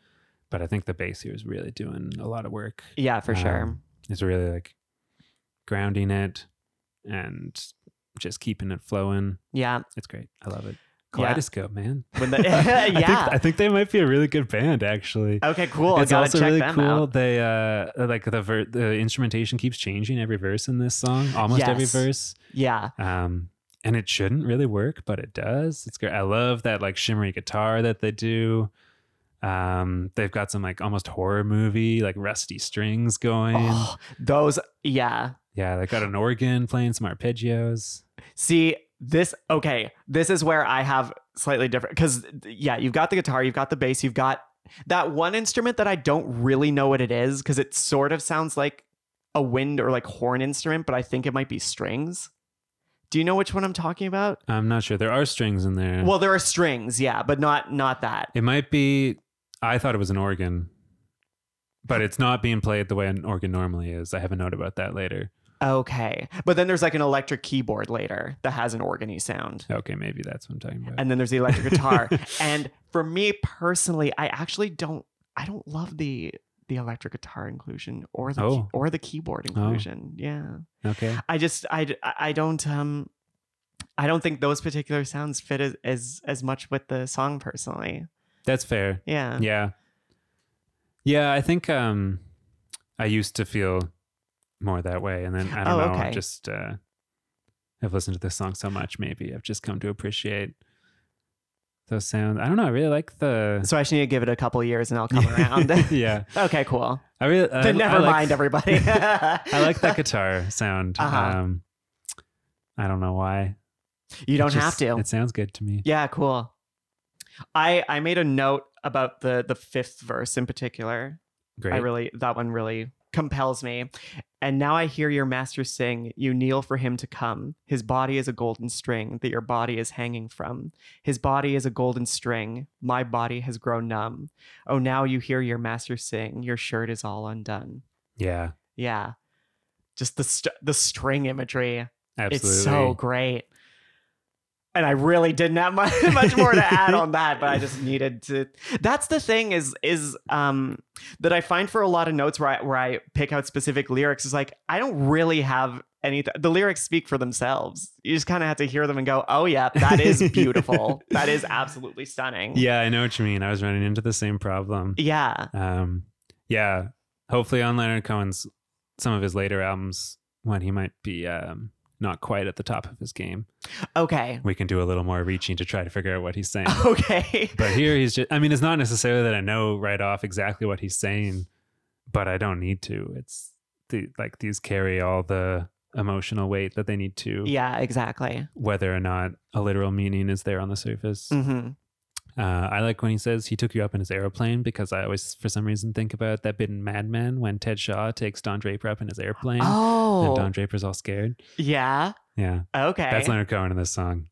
[SPEAKER 2] But I think the bass here is really doing a lot of work.
[SPEAKER 3] yeah, for sure.
[SPEAKER 2] Um, It's really like grounding it and just keeping it flowing.
[SPEAKER 3] Yeah,
[SPEAKER 2] It's great. I love it.
[SPEAKER 3] Yeah.
[SPEAKER 2] Kaleidoscope, man.
[SPEAKER 3] when the
[SPEAKER 2] I, think,
[SPEAKER 3] yeah.
[SPEAKER 2] I think they might be a really good band, actually.
[SPEAKER 3] Okay, cool. I
[SPEAKER 2] it's
[SPEAKER 3] gotta
[SPEAKER 2] also
[SPEAKER 3] check
[SPEAKER 2] really
[SPEAKER 3] them
[SPEAKER 2] cool.
[SPEAKER 3] out.
[SPEAKER 2] They uh, like the ver- the instrumentation keeps changing every verse in this song, almost every
[SPEAKER 3] Yes.
[SPEAKER 2] verse.
[SPEAKER 3] Yeah,
[SPEAKER 2] Um, and it shouldn't really work, but it does. It's great. I love that like shimmery guitar that they do. Um, they've got some like almost horror movie like rusty strings going.
[SPEAKER 3] Oh, those. Yeah.
[SPEAKER 2] Yeah, they got an organ playing some arpeggios.
[SPEAKER 3] See this. Okay, this is where I have slightly different because yeah, you've got the guitar, you've got the bass, you've got that one instrument that I don't really know what it is because it sort of sounds like a wind or like horn instrument, but I think it might be strings. Do you know which one I'm talking about?
[SPEAKER 2] I'm not sure. There are strings in there.
[SPEAKER 3] Well, there are strings, yeah, but not not that.
[SPEAKER 2] it might be. I thought it was an organ, but it's not being played the way an organ normally is. I have a note about that later.
[SPEAKER 3] Okay, but then there's like an electric keyboard later that has an organy sound.
[SPEAKER 2] Okay, maybe that's what I'm talking about.
[SPEAKER 3] and then there's the electric guitar. and for me personally, I actually don't I don't love the the electric guitar inclusion or the key-
[SPEAKER 2] Oh.
[SPEAKER 3] or the keyboard inclusion. Yeah.
[SPEAKER 2] okay.
[SPEAKER 3] I just I d- I I don't um I don't think those particular sounds fit as as, as much with the song personally.
[SPEAKER 2] That's fair.
[SPEAKER 3] Yeah.
[SPEAKER 2] Yeah. Yeah, I think um I used to feel more that way and then I don't
[SPEAKER 3] Oh,
[SPEAKER 2] know, I
[SPEAKER 3] okay.
[SPEAKER 2] just uh I've listened to this song so much maybe I've just come to appreciate those sounds. I don't know, I really like the
[SPEAKER 3] So I just need to give it a couple years and I'll come around.
[SPEAKER 2] yeah.
[SPEAKER 3] okay, cool.
[SPEAKER 2] I really I,
[SPEAKER 3] then never
[SPEAKER 2] I like,
[SPEAKER 3] mind everybody.
[SPEAKER 2] I like that guitar sound.
[SPEAKER 3] Uh-huh.
[SPEAKER 2] Um I don't know why.
[SPEAKER 3] You
[SPEAKER 2] It
[SPEAKER 3] don't
[SPEAKER 2] just-
[SPEAKER 3] have to.
[SPEAKER 2] It sounds good to me.
[SPEAKER 3] Yeah, cool. I I made a note about the the fifth verse in particular.
[SPEAKER 2] Great.
[SPEAKER 3] I really that one really compels me. And now I hear your master sing, You kneel for him to come. His body is a golden string that your body is hanging from. His body is a golden string. My body has grown numb. Oh, now you hear your master sing, Your shirt is all undone.
[SPEAKER 2] Yeah,
[SPEAKER 3] Yeah. Just the, st- the string imagery.
[SPEAKER 2] absolutely.
[SPEAKER 3] It's so great. And I really didn't have much, much more to add on that, but I just needed to. That's the thing is is um that I find for a lot of notes where I where I pick out specific lyrics is like I don't really have anything. The lyrics speak for themselves. You just kind of have to hear them and go, "Oh yeah, that is beautiful. that is absolutely stunning."
[SPEAKER 2] Yeah, I know what you mean. I was running into the same problem.
[SPEAKER 3] Yeah.
[SPEAKER 2] Um, yeah, hopefully on Leonard Cohen's some of his later albums when he might be um, not quite at the top of his game,
[SPEAKER 3] Okay.
[SPEAKER 2] we can do a little more reaching to try to figure out what he's saying.
[SPEAKER 3] Okay.
[SPEAKER 2] but here he's just I mean, it's not necessarily that I know right off exactly what he's saying, but I don't need to. It's the like these carry all the emotional weight that they need to,
[SPEAKER 3] yeah. Exactly.
[SPEAKER 2] whether or not a literal meaning is there on the surface.
[SPEAKER 3] hmm
[SPEAKER 2] Uh, I like when he says he took you up in his airplane because I always, for some reason, think about that bit in Mad Men when Ted Shaw takes Don Draper up in his airplane and Don
[SPEAKER 3] Oh.
[SPEAKER 2] Draper's all scared.
[SPEAKER 3] Yeah.
[SPEAKER 2] Yeah,
[SPEAKER 3] Okay.
[SPEAKER 2] that's Leonard Cohen in this song.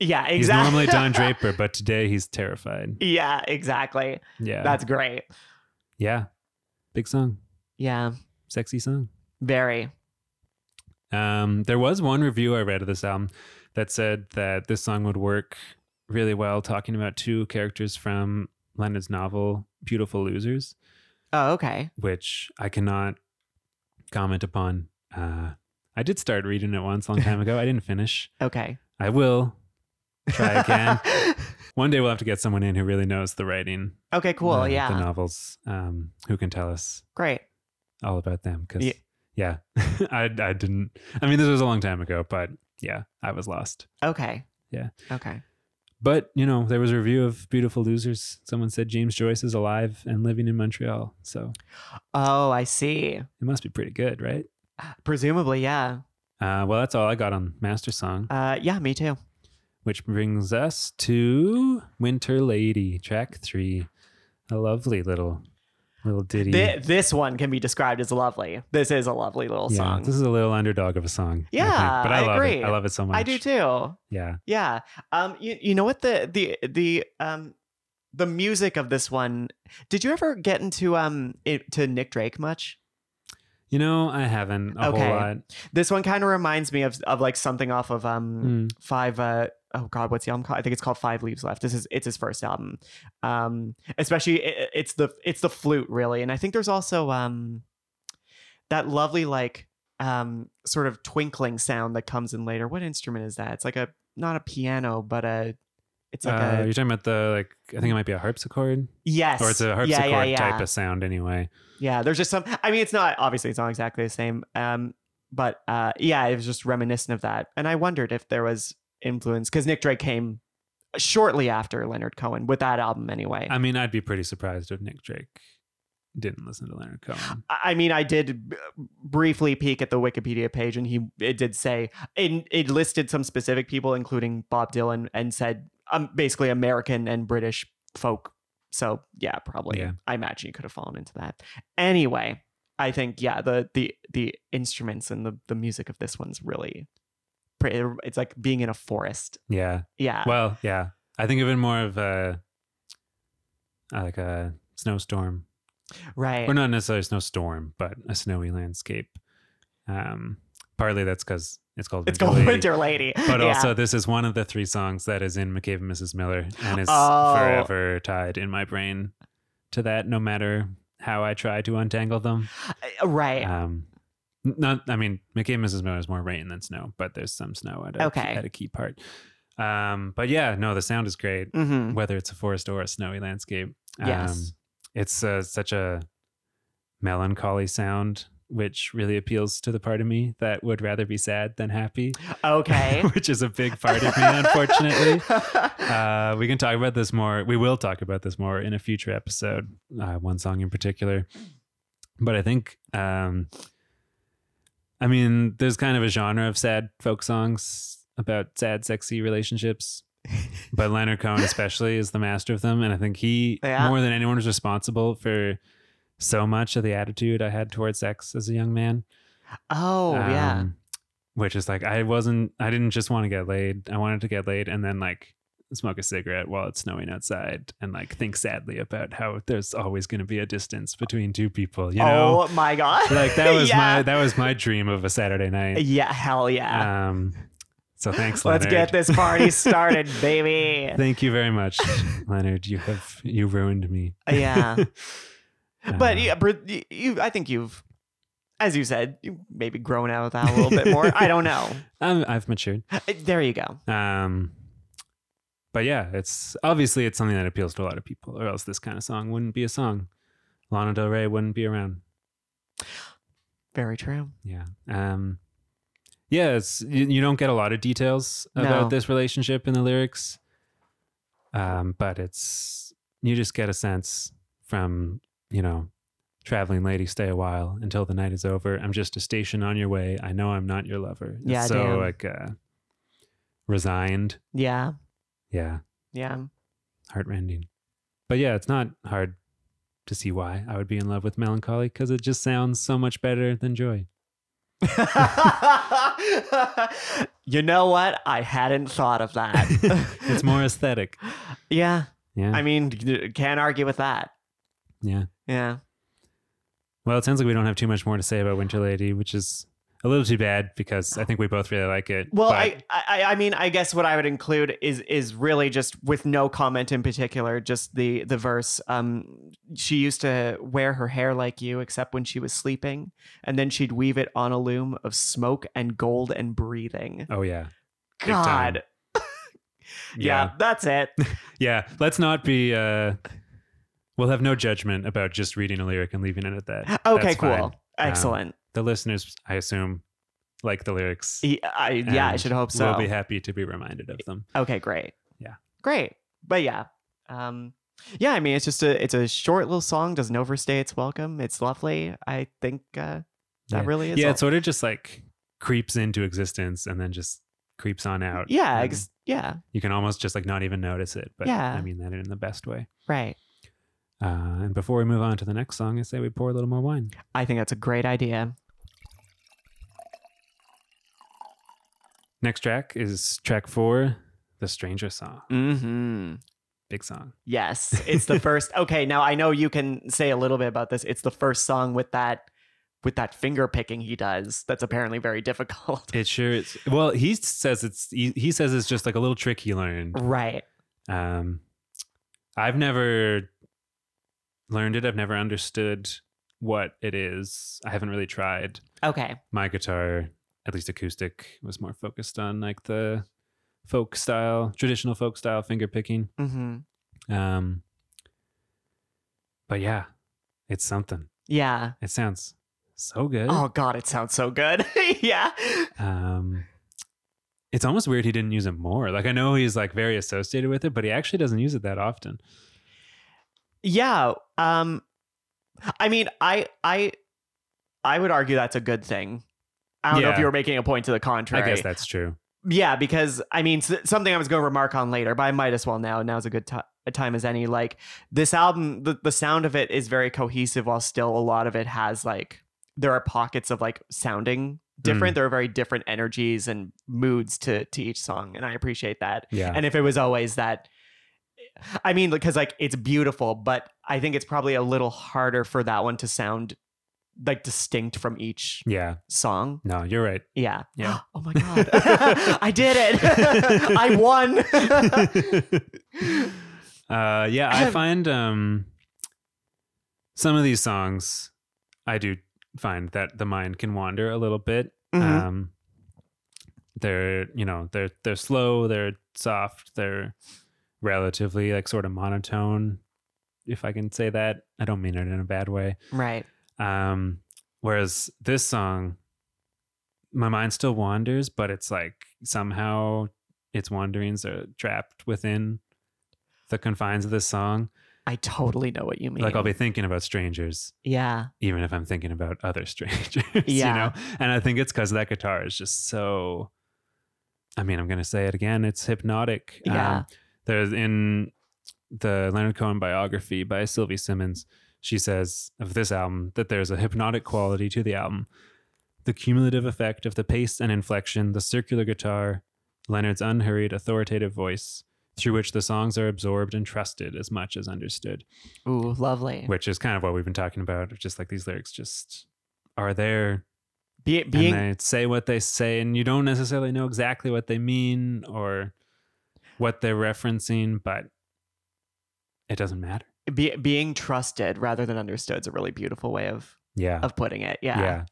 [SPEAKER 3] yeah. Exactly.
[SPEAKER 2] He's normally Don Draper, but today he's terrified.
[SPEAKER 3] Yeah, exactly.
[SPEAKER 2] Yeah,
[SPEAKER 3] That's great.
[SPEAKER 2] yeah, big song,
[SPEAKER 3] Yeah,
[SPEAKER 2] sexy song.
[SPEAKER 3] very.
[SPEAKER 2] Um, there was one review I read of this album that said that this song would work really well talking about two characters from Leonard's novel Beautiful Losers.
[SPEAKER 3] Oh, okay.
[SPEAKER 2] which I cannot comment upon. Uh, I did start reading it once a long time ago. I didn't finish.
[SPEAKER 3] Okay.
[SPEAKER 2] I will try again. One day we'll have to get someone in who really knows the writing.
[SPEAKER 3] okay, cool.
[SPEAKER 2] uh,
[SPEAKER 3] yeah.
[SPEAKER 2] The novels, um, who can tell us
[SPEAKER 3] Great.
[SPEAKER 2] all about them. Because,
[SPEAKER 3] Ye-
[SPEAKER 2] yeah, I, I didn't. I mean, this was a long time ago, but yeah, I was lost.
[SPEAKER 3] Okay.
[SPEAKER 2] Yeah.
[SPEAKER 3] Okay.
[SPEAKER 2] But, you know, there was a review of Beautiful Losers. Someone said James Joyce is alive and living in Montreal. So
[SPEAKER 3] Oh, I see.
[SPEAKER 2] it must be pretty good, right?
[SPEAKER 3] Presumably, yeah.
[SPEAKER 2] Uh, well, that's all I got on Master Song.
[SPEAKER 3] Uh, yeah, me too.
[SPEAKER 2] Which brings us to Winter Lady, track three. A lovely little little ditty.
[SPEAKER 3] Thi- this one can be described as lovely. This is a lovely little
[SPEAKER 2] yeah,
[SPEAKER 3] song.
[SPEAKER 2] This is a little underdog of a song. I think,
[SPEAKER 3] Yeah,
[SPEAKER 2] but I,
[SPEAKER 3] I
[SPEAKER 2] love it.
[SPEAKER 3] agree.
[SPEAKER 2] I love it so much.
[SPEAKER 3] I do too.
[SPEAKER 2] Yeah.
[SPEAKER 3] Yeah. Um. You, you know what the the the um the music of this one. Did you ever get into um it, to Nick Drake much?
[SPEAKER 2] You know, I haven't a
[SPEAKER 3] Okay.
[SPEAKER 2] whole lot.
[SPEAKER 3] This one kind of reminds me of of like something off of um
[SPEAKER 2] Mm.
[SPEAKER 3] five uh oh god what's the album called i think it's called five leaves left this is it's his first album um especially i- i it's the it's the flute really and i think there's also um that lovely like um sort of twinkling sound that comes in later what instrument is that it's like a not a piano but a it's like
[SPEAKER 2] Uh,
[SPEAKER 3] a
[SPEAKER 2] you're talking about the like I think it might be a harpsichord.
[SPEAKER 3] yes
[SPEAKER 2] Or it's a
[SPEAKER 3] Yeah,
[SPEAKER 2] harpsichord
[SPEAKER 3] yeah, yeah.
[SPEAKER 2] type of sound anyway.
[SPEAKER 3] yeah there's just some i mean it's not obviously it's not exactly the same um but uh yeah it was just reminiscent of that and i wondered if there was influence because nick drake came shortly after leonard cohen with that album anyway
[SPEAKER 2] I mean, I'd be pretty surprised if Nick Drake didn't listen to Leonard Cohen.
[SPEAKER 3] I I mean, I did b- briefly peek at the Wikipedia page, and he it did say it, it listed some specific people, including Bob Dylan, and said um, basically American and British folk. So yeah, probably.
[SPEAKER 2] Yeah.
[SPEAKER 3] I imagine you could have fallen into that. Anyway, I think yeah, the the the instruments and the the music of this one's really, pretty, it's like being in a forest.
[SPEAKER 2] Yeah.
[SPEAKER 3] Yeah.
[SPEAKER 2] Well, yeah. I think of it more of a uh, like a snowstorm
[SPEAKER 3] right.
[SPEAKER 2] or not necessarily a snowstorm, but a snowy landscape. Um, partly that's because it's called
[SPEAKER 3] it's
[SPEAKER 2] Winter
[SPEAKER 3] called
[SPEAKER 2] Lady,
[SPEAKER 3] Winter Lady.
[SPEAKER 2] But
[SPEAKER 3] Yeah.
[SPEAKER 2] also, this is one of the three songs that is in McCabe and Mrs. Miller and is
[SPEAKER 3] Oh.
[SPEAKER 2] forever tied in my brain to that, no matter how I try to untangle them.
[SPEAKER 3] Uh, right.
[SPEAKER 2] Um, n- not, I mean, McCabe and Mrs. Miller is more rain than snow, but there's some snow at a, key,
[SPEAKER 3] Okay.
[SPEAKER 2] at a key part. Um, but yeah, no, the sound is great
[SPEAKER 3] hmm
[SPEAKER 2] whether it's a forest or a snowy landscape.
[SPEAKER 3] Yes.
[SPEAKER 2] It's uh, such a melancholy sound, which really appeals to the part of me that would rather be sad than happy,
[SPEAKER 3] Okay.
[SPEAKER 2] which is a big part of me, unfortunately. Uh, we can talk about this more. We will talk about this more in a future episode, uh, one song in particular. But I think, um, I mean, there's kind of a genre of sad folk songs about sad, sexy relationships. but Leonard Cohen, especially, is the master of them. And I think he,
[SPEAKER 3] Yeah.
[SPEAKER 2] more than anyone, is responsible for so much of the attitude I had towards sex as a young man.
[SPEAKER 3] Oh, yeah.
[SPEAKER 2] Um, Which is like I wasn't I didn't just want to get laid. I wanted to get laid and then like smoke a cigarette while it's snowing outside and like think sadly about how there's always going to be a distance between two people, you know?
[SPEAKER 3] oh my god.
[SPEAKER 2] Like that was my
[SPEAKER 3] yeah.
[SPEAKER 2] that was my dream of a Saturday night.
[SPEAKER 3] Yeah, hell yeah.
[SPEAKER 2] Um so thanks
[SPEAKER 3] Let's
[SPEAKER 2] Leonard.
[SPEAKER 3] get this party started, baby.
[SPEAKER 2] Thank you very much, Leonard. You have you ruined me.
[SPEAKER 3] yeah. But
[SPEAKER 2] Uh,
[SPEAKER 3] yeah, Br- you, you, I think you've, as you said, you maybe grown out of that a little bit more. I don't know.
[SPEAKER 2] I'm, I've matured.
[SPEAKER 3] Uh, There you go.
[SPEAKER 2] Um, but yeah, it's obviously it's something that appeals to a lot of people, or else this kind of song wouldn't be a song. Lana Del Rey wouldn't be around.
[SPEAKER 3] Very true.
[SPEAKER 2] Yeah. Um, yeah, it's, you, you don't get a lot of details about
[SPEAKER 3] No.
[SPEAKER 2] this relationship in the lyrics, um, but it's you just get a sense from you know, traveling lady, stay a while until the night is over. I'm just a station on your way. I know I'm not your lover. It's
[SPEAKER 3] Yeah,
[SPEAKER 2] so
[SPEAKER 3] damn.
[SPEAKER 2] like uh, resigned.
[SPEAKER 3] Yeah.
[SPEAKER 2] Yeah.
[SPEAKER 3] Yeah.
[SPEAKER 2] heartrending. But yeah, it's not hard to see why I would be in love with melancholy because it just sounds so much better than joy.
[SPEAKER 3] you know what? I hadn't thought of that.
[SPEAKER 2] It's more aesthetic.
[SPEAKER 3] yeah.
[SPEAKER 2] Yeah.
[SPEAKER 3] I mean, d- can't argue with that.
[SPEAKER 2] yeah.
[SPEAKER 3] Yeah.
[SPEAKER 2] Well, it sounds like we don't have too much more to say about Winter Lady, which is a little too bad because I think we both really like it.
[SPEAKER 3] Well,
[SPEAKER 2] but
[SPEAKER 3] I, I, I mean, I guess what I would include is is really just with no comment in particular, just the the verse. Um, she used to wear her hair like you, except when she was sleeping, and then she'd weave it on a loom of smoke and gold and breathing.
[SPEAKER 2] oh yeah. Big time.
[SPEAKER 3] God, yeah, that's it.
[SPEAKER 2] Yeah. Let's not be. uh We'll have no judgment about just reading a lyric and leaving it at that.
[SPEAKER 3] Okay,
[SPEAKER 2] That's
[SPEAKER 3] cool,
[SPEAKER 2] fine. Um,
[SPEAKER 3] excellent.
[SPEAKER 2] The listeners, I assume, like the lyrics.
[SPEAKER 3] E- I, yeah, I
[SPEAKER 2] and
[SPEAKER 3] should hope so.
[SPEAKER 2] We'll be happy to be reminded of them.
[SPEAKER 3] Okay, great.
[SPEAKER 2] Yeah.
[SPEAKER 3] Great. But yeah. Um yeah, I mean it's just a it's a short little song, doesn't overstay its welcome. It's lovely. I think uh that really is
[SPEAKER 2] yeah,
[SPEAKER 3] all-
[SPEAKER 2] it sort of just like creeps into existence and then just creeps on out.
[SPEAKER 3] Yeah,
[SPEAKER 2] And
[SPEAKER 3] ex- yeah,
[SPEAKER 2] you can almost just like not even notice it. But
[SPEAKER 3] Yeah.
[SPEAKER 2] I mean that in the best way.
[SPEAKER 3] right.
[SPEAKER 2] Uh, and before we move on to the next song, I say we pour a little more wine.
[SPEAKER 3] I think that's a great idea.
[SPEAKER 2] Next track is track four, The Stranger Song.
[SPEAKER 3] Mhm.
[SPEAKER 2] Big song.
[SPEAKER 3] Yes, it's the first Okay, now I know you can say a little bit about this. It's the first song with that with that finger picking he does. That's apparently very difficult.
[SPEAKER 2] It sure is. Well, he says it's he, he says it's just like a little trick he learned.
[SPEAKER 3] right.
[SPEAKER 2] Um, I've never learned it. I've never understood what it is. I haven't really tried.
[SPEAKER 3] Okay.
[SPEAKER 2] my guitar, at least acoustic, was more focused on like the folk style, traditional folk style finger picking.
[SPEAKER 3] Mhm.
[SPEAKER 2] Um, but yeah, it's something.
[SPEAKER 3] Yeah.
[SPEAKER 2] It sounds so good.
[SPEAKER 3] Oh god, it sounds so good. yeah.
[SPEAKER 2] Um, it's almost weird he didn't use it more. Like I know he's like very associated with it, but he actually doesn't use it that often.
[SPEAKER 3] Yeah. Um I mean, I I I would argue that's a good thing. I don't know if
[SPEAKER 2] Yeah.
[SPEAKER 3] you were making a point to the contrary.
[SPEAKER 2] I guess that's true.
[SPEAKER 3] Yeah, because I mean, s- something I was going to remark on later, but I might as well now. Now's a good ti- a time as any. Like this album, the, the sound of it is very cohesive, while still a lot of it has like there are pockets of like sounding different.
[SPEAKER 2] Mm.
[SPEAKER 3] There are very different energies and moods to to each song, and I appreciate that
[SPEAKER 2] Yeah,
[SPEAKER 3] and if it was always that i mean because like it's beautiful but i think it's probably a little harder for that one to sound like distinct from each
[SPEAKER 2] yeah.
[SPEAKER 3] song
[SPEAKER 2] No, you're right.
[SPEAKER 3] yeah
[SPEAKER 2] Yeah.
[SPEAKER 3] oh my god i did it i won
[SPEAKER 2] uh, yeah, I find um, some of these songs, I do find that the mind can wander a little bit.
[SPEAKER 3] Mhm.
[SPEAKER 2] Um, they're you know they're they're slow, they're soft, they're relatively like sort of monotone, if I can say that. I don't mean it in a bad way.
[SPEAKER 3] right
[SPEAKER 2] Um, whereas this song, my mind still wanders, but it's like somehow its wanderings are trapped within the confines of this song.
[SPEAKER 3] i totally know what you mean
[SPEAKER 2] Like I'll be thinking about strangers,
[SPEAKER 3] yeah
[SPEAKER 2] even if I'm thinking about other strangers.
[SPEAKER 3] Yeah.
[SPEAKER 2] You know? And I think it's because that guitar is just so I mean, I'm gonna say it again, it's hypnotic. Um,
[SPEAKER 3] Yeah.
[SPEAKER 2] there's in the Leonard Cohen biography by Sylvie Simmons, she says of this album that there's a hypnotic quality to the album. The cumulative effect of the pace and inflection, the circular guitar, Leonard's unhurried, authoritative voice, through which the songs are absorbed and trusted as much as understood,
[SPEAKER 3] Ooh, lovely.
[SPEAKER 2] which is kind of what we've been talking about. Just like these lyrics just are there
[SPEAKER 3] Be, being
[SPEAKER 2] and they say what they say, and you don't necessarily know exactly what they mean or what they're referencing, but it doesn't matter.
[SPEAKER 3] be, being trusted rather than understood is a really beautiful way of
[SPEAKER 2] Yeah.
[SPEAKER 3] of putting it. Yeah.
[SPEAKER 2] Yeah.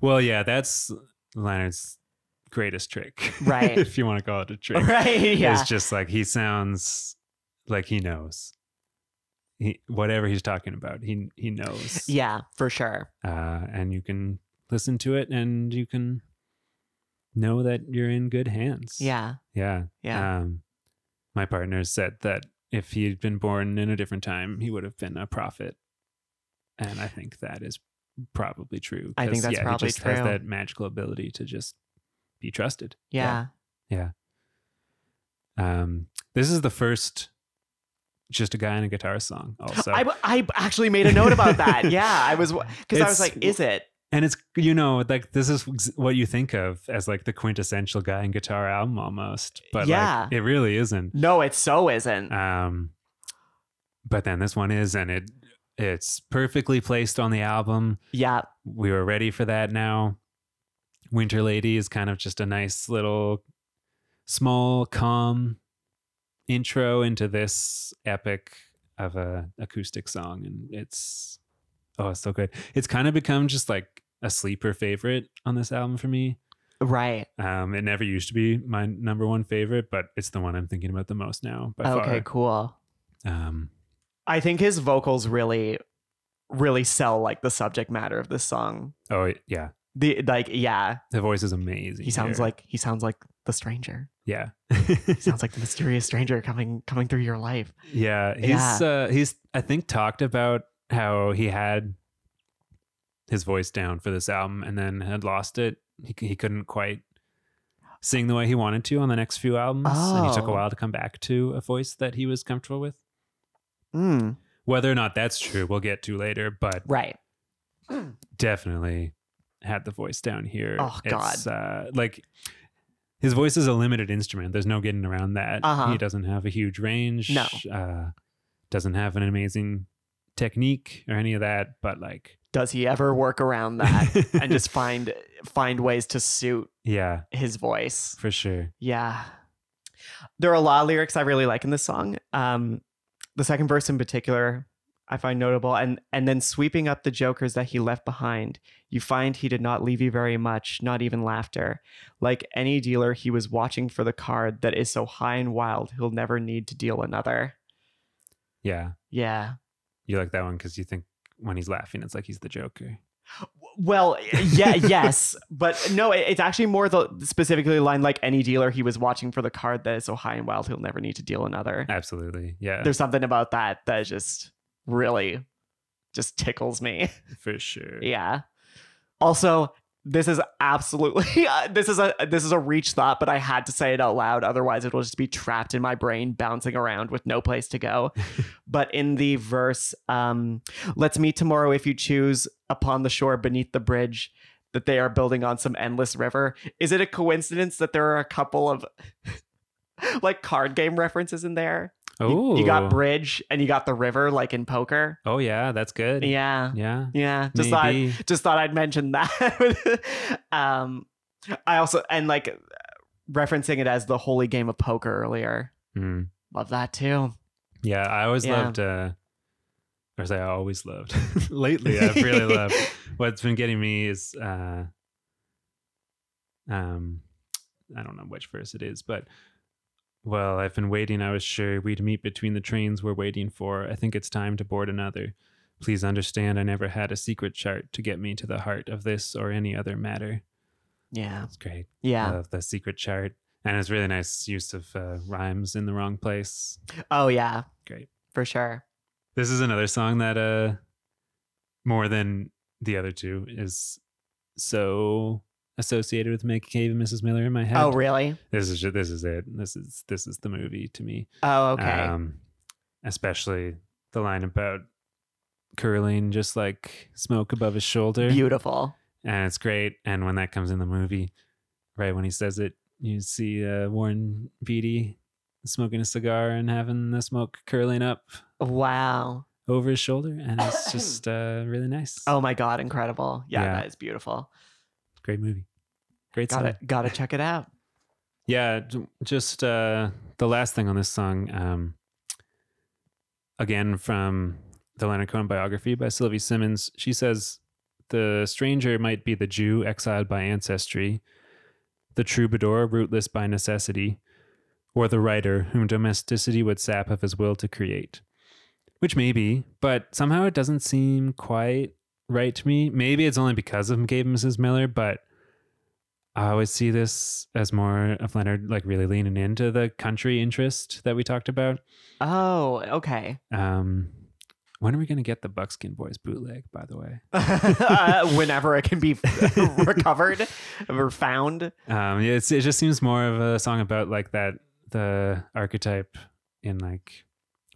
[SPEAKER 2] Well, yeah, that's Leonard's greatest trick.
[SPEAKER 3] Right.
[SPEAKER 2] if you want to call it a trick.
[SPEAKER 3] Right. Yeah.
[SPEAKER 2] It's just like he sounds like he knows. He, whatever he's talking about, he he knows.
[SPEAKER 3] Yeah, for sure.
[SPEAKER 2] Uh, and you can listen to it and you can know that you're in good hands.
[SPEAKER 3] Yeah.
[SPEAKER 2] Yeah.
[SPEAKER 3] Yeah.
[SPEAKER 2] Um, my partner said that if he had been born in a different time, he would have been a prophet, and I think that is probably true.
[SPEAKER 3] I think
[SPEAKER 2] 'cause,
[SPEAKER 3] that's
[SPEAKER 2] yeah,
[SPEAKER 3] probably
[SPEAKER 2] he just Has
[SPEAKER 3] true.
[SPEAKER 2] that magical ability to just be trusted.
[SPEAKER 3] yeah.
[SPEAKER 2] Um, this is the first, just a guy and a guitar song. Also,
[SPEAKER 3] I, w- I actually made a note about that. Yeah. I was, because I
[SPEAKER 2] It's-
[SPEAKER 3] was like, is it?
[SPEAKER 2] and it's you know like this is ex- what you think of as like the quintessential guy and guitar album almost, but
[SPEAKER 3] Yeah.
[SPEAKER 2] like, it really isn't.
[SPEAKER 3] No, it so isn't.
[SPEAKER 2] Um, but then this one is, and it it's perfectly placed on the album.
[SPEAKER 3] yeah.
[SPEAKER 2] We were ready for that. Now, Winter Lady is kind of just a nice little, small, calm intro into this epic of a acoustic song, and it's oh, it's so good. It's kind of become just like a sleeper favorite on this album for me.
[SPEAKER 3] Right.
[SPEAKER 2] Um, it never used to be my number one favorite, but it's the one I'm thinking about the most now by
[SPEAKER 3] Okay,
[SPEAKER 2] far.
[SPEAKER 3] cool.
[SPEAKER 2] Um,
[SPEAKER 3] I think his vocals really, really sell like the subject matter of this song.
[SPEAKER 2] Oh y- yeah,
[SPEAKER 3] The like, yeah,
[SPEAKER 2] the voice is amazing.
[SPEAKER 3] he sounds
[SPEAKER 2] here.
[SPEAKER 3] like he sounds like the stranger.
[SPEAKER 2] yeah,
[SPEAKER 3] He sounds like the mysterious stranger coming coming through your life.
[SPEAKER 2] yeah. He's Uh, he's I think talked about how he had his voice down for this album and then had lost it. He c- he couldn't quite sing the way he wanted to on the next few albums, and he took a
[SPEAKER 3] Oh.
[SPEAKER 2] while to come back to a voice that he was comfortable with.
[SPEAKER 3] Mm,
[SPEAKER 2] Whether or not that's true, we'll get to later, but
[SPEAKER 3] right.
[SPEAKER 2] definitely had the voice down here.
[SPEAKER 3] Oh,
[SPEAKER 2] It's, uh, like his voice is a limited instrument. There's no getting around that.
[SPEAKER 3] Uh-huh.
[SPEAKER 2] He doesn't have a huge range.
[SPEAKER 3] No.
[SPEAKER 2] Uh, doesn't have an amazing technique or any of that. But like,
[SPEAKER 3] Does he ever work around that and just find find ways to suit
[SPEAKER 2] yeah,
[SPEAKER 3] his voice?
[SPEAKER 2] for sure.
[SPEAKER 3] Yeah. There are a lot of lyrics I really like in this song. Um, the second verse in particular, I find notable. And and then sweeping up the jokers that he left behind, you find he did not leave you very much, not even laughter. Like any dealer, he was watching for the card that is so high and wild he'll never need to deal another.
[SPEAKER 2] Yeah,
[SPEAKER 3] Yeah.
[SPEAKER 2] you like that one because you think when he's laughing, it's like he's the Joker.
[SPEAKER 3] Well, yeah, yes, but no, it- it's actually more the specifically line like any dealer, he was watching for the card that is so high and wild he'll never need to deal another.
[SPEAKER 2] Absolutely. Yeah,
[SPEAKER 3] there's something about that that just really just tickles me.
[SPEAKER 2] for sure.
[SPEAKER 3] yeah. Also, this is absolutely uh, this is a this is a reach thought, but I had to say it out loud, otherwise it will just be trapped in my brain, bouncing around with no place to go. but in the verse, um, let's meet tomorrow if you choose upon the shore beneath the bridge that they are building on some endless river. Is it a coincidence that there are a couple of like card game references in there?
[SPEAKER 2] Oh,
[SPEAKER 3] You, you got bridge and you got the river, like in poker.
[SPEAKER 2] Oh yeah, that's good.
[SPEAKER 3] Yeah,
[SPEAKER 2] Yeah.
[SPEAKER 3] yeah. Just
[SPEAKER 2] Maybe.
[SPEAKER 3] thought, just thought I'd mention that. um, I also and like referencing it as the holy game of poker earlier.
[SPEAKER 2] Mm.
[SPEAKER 3] Love that too.
[SPEAKER 2] Yeah, I always
[SPEAKER 3] Yeah.
[SPEAKER 2] loved, uh, or as I always loved. Lately, I've really loved. What's been getting me is, uh, um, I don't know which verse it is, but well, I've been waiting. I was sure we'd meet between the trains we're waiting for. I think it's time to board another. Please understand, I never had a secret chart to get me to the heart of this or any other matter.
[SPEAKER 3] Yeah,
[SPEAKER 2] That's great. I
[SPEAKER 3] yeah.
[SPEAKER 2] love the secret chart, and it's really nice use of uh, rhymes in the wrong place.
[SPEAKER 3] Oh yeah,
[SPEAKER 2] Great.
[SPEAKER 3] for sure.
[SPEAKER 2] This is another song that uh more than the other two is so associated with Mick Cave and Mrs. Miller in my head.
[SPEAKER 3] Oh really?
[SPEAKER 2] This is ju- this is it. This is this is the movie to me.
[SPEAKER 3] Oh okay.
[SPEAKER 2] Um especially the line about curling just like smoke above his shoulder.
[SPEAKER 3] Beautiful.
[SPEAKER 2] and it's great. And when that comes in the movie, right when he says it, you see uh, Warren Beatty smoking a cigar and having the smoke curling up
[SPEAKER 3] Wow.
[SPEAKER 2] over his shoulder, and it's just uh, really nice.
[SPEAKER 3] Oh my god, incredible. Yeah,
[SPEAKER 2] Yeah.
[SPEAKER 3] that is beautiful.
[SPEAKER 2] great movie, great
[SPEAKER 3] Got
[SPEAKER 2] song.
[SPEAKER 3] to got to check it out.
[SPEAKER 2] Yeah, j- just uh, the last thing on this song, um, again from the Leonard Cohen biography by Sylvie Simmons. She says the stranger might be the Jew exiled by ancestry, the troubadour rootless by necessity, or the writer whom domesticity would sap of his will to create. Which may be, but somehow it doesn't seem quite right to me. Maybe it's only because of Gabe and Mrs. Miller, but I always see this as more of Leonard like really leaning into the country interest that we talked about.
[SPEAKER 3] Oh, okay.
[SPEAKER 2] Um, when are we gonna get the Buckskin Boys bootleg? By the way,
[SPEAKER 3] uh, whenever it can be recovered or found.
[SPEAKER 2] um, yeah, it's, it just seems more of a song about like that the archetype in like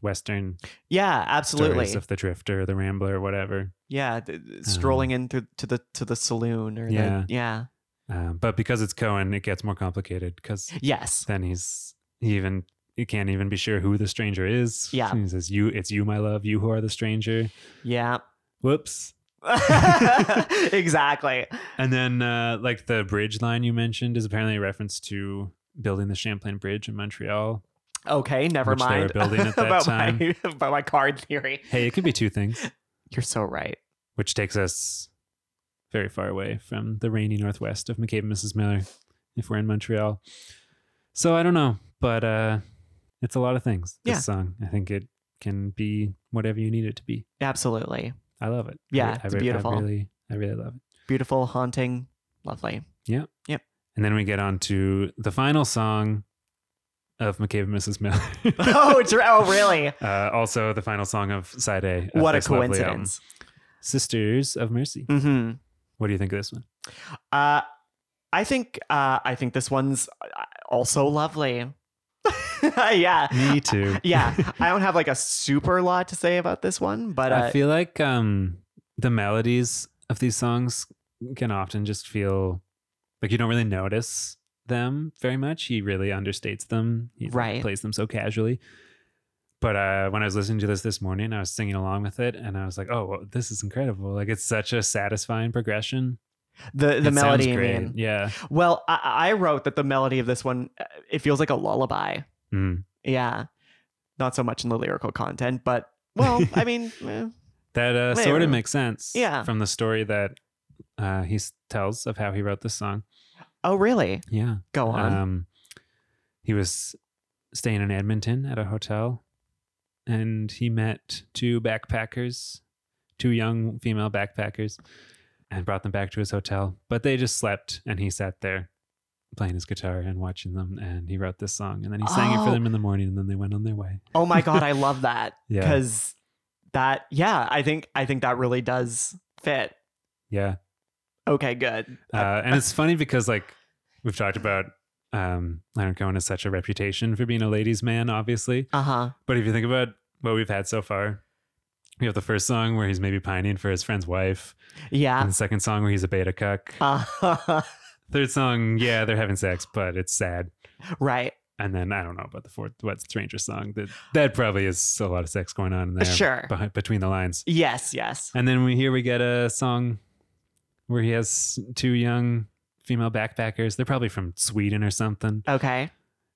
[SPEAKER 2] Western
[SPEAKER 3] Yeah,
[SPEAKER 2] stories
[SPEAKER 3] absolutely.
[SPEAKER 2] of the drifter, the rambler, or whatever.
[SPEAKER 3] yeah, th- th- strolling in through to the to the saloon or
[SPEAKER 2] Yeah.
[SPEAKER 3] the yeah.
[SPEAKER 2] Um, but because it's Cohen, it gets more complicated because
[SPEAKER 3] Yes.
[SPEAKER 2] then he's he even he can't even be sure who the stranger is.
[SPEAKER 3] Yeah.
[SPEAKER 2] he says, "You, it's you, my love, you who are the stranger."
[SPEAKER 3] Yeah.
[SPEAKER 2] Whoops.
[SPEAKER 3] exactly.
[SPEAKER 2] And then, uh, like the bridge line you mentioned is apparently a reference to building the Champlain Bridge in Montreal.
[SPEAKER 3] Okay, never
[SPEAKER 2] Which they were
[SPEAKER 3] mind
[SPEAKER 2] building at that
[SPEAKER 3] about
[SPEAKER 2] time.
[SPEAKER 3] my about my card theory.
[SPEAKER 2] Hey, it could be two things,
[SPEAKER 3] You're so right.
[SPEAKER 2] which takes us very far away from the rainy northwest of McCabe and Mrs. Miller if we're in Montreal. So I don't know, but uh, it's a lot of things. This
[SPEAKER 3] Yeah.
[SPEAKER 2] song, I think it can be whatever you need it to be.
[SPEAKER 3] Absolutely.
[SPEAKER 2] I love it.
[SPEAKER 3] Yeah,
[SPEAKER 2] I, I
[SPEAKER 3] it's
[SPEAKER 2] re- I
[SPEAKER 3] beautiful.
[SPEAKER 2] really, I really love it.
[SPEAKER 3] Beautiful, haunting, lovely.
[SPEAKER 2] And then we get on to the final song of McCabe and Mrs. Miller.
[SPEAKER 3] oh, it's, oh, really?
[SPEAKER 2] Uh, also, the final song of uh, Side A. of
[SPEAKER 3] What a
[SPEAKER 2] this lovely um, album,
[SPEAKER 3] coincidence.
[SPEAKER 2] Sisters of Mercy.
[SPEAKER 3] Mm-hmm.
[SPEAKER 2] What do you think of this one?
[SPEAKER 3] Uh, I think uh, I think this one's uh, also lovely. yeah,
[SPEAKER 2] Me too.
[SPEAKER 3] yeah. I don't have like a super lot to say about this one, but uh,
[SPEAKER 2] I feel like um, the melodies of these songs can often just feel like you don't really notice them very much. He really understates them. He like,
[SPEAKER 3] Right.
[SPEAKER 2] plays them so casually. But uh, when I was listening to this this morning, I was singing along with it, and I was like, "Oh, well, this is incredible! Like it's such a satisfying progression.
[SPEAKER 3] the the
[SPEAKER 2] It sounds
[SPEAKER 3] melody. I
[SPEAKER 2] great.
[SPEAKER 3] mean.
[SPEAKER 2] yeah.
[SPEAKER 3] Well, I, I wrote that the melody of this one uh, it feels like a lullaby.
[SPEAKER 2] Mm.
[SPEAKER 3] Yeah, not so much in the lyrical content, but well, I mean, eh,
[SPEAKER 2] That uh,
[SPEAKER 3] Wait,
[SPEAKER 2] sort of
[SPEAKER 3] wait.
[SPEAKER 2] makes sense.
[SPEAKER 3] Yeah.
[SPEAKER 2] From the story that uh, he s- tells of how he wrote this song.
[SPEAKER 3] oh really?
[SPEAKER 2] Yeah.
[SPEAKER 3] Go on.
[SPEAKER 2] Um, he was staying in Edmonton at a hotel and he met two backpackers, two young female backpackers, and brought them back to his hotel. But they just slept and he sat there playing his guitar and watching them and he wrote this song and then he sang it for
[SPEAKER 3] Oh.
[SPEAKER 2] them in the morning and then they went on their way.
[SPEAKER 3] oh my god, I love that
[SPEAKER 2] Yeah.
[SPEAKER 3] because that yeah, I think I think that really does fit.
[SPEAKER 2] Yeah.
[SPEAKER 3] Okay, good.
[SPEAKER 2] uh, and it's funny because like we've talked about um, Leonard Cohen has such a reputation for being a ladies' man, obviously.
[SPEAKER 3] Uh huh.
[SPEAKER 2] But if you think about what we've had so far, we have the first song where he's maybe pining for his friend's wife,
[SPEAKER 3] Yeah.
[SPEAKER 2] and the second song where he's a beta cuck.
[SPEAKER 3] Uh,
[SPEAKER 2] Third song, yeah, they're having sex, but it's sad.
[SPEAKER 3] right.
[SPEAKER 2] And then I don't know about the fourth, what stranger song that that probably is a lot of sex going on in there,
[SPEAKER 3] Sure.
[SPEAKER 2] behi- between the lines.
[SPEAKER 3] Yes, yes.
[SPEAKER 2] And then we here we get a song where he has two young female backpackers. They're probably from Sweden or something.
[SPEAKER 3] Okay.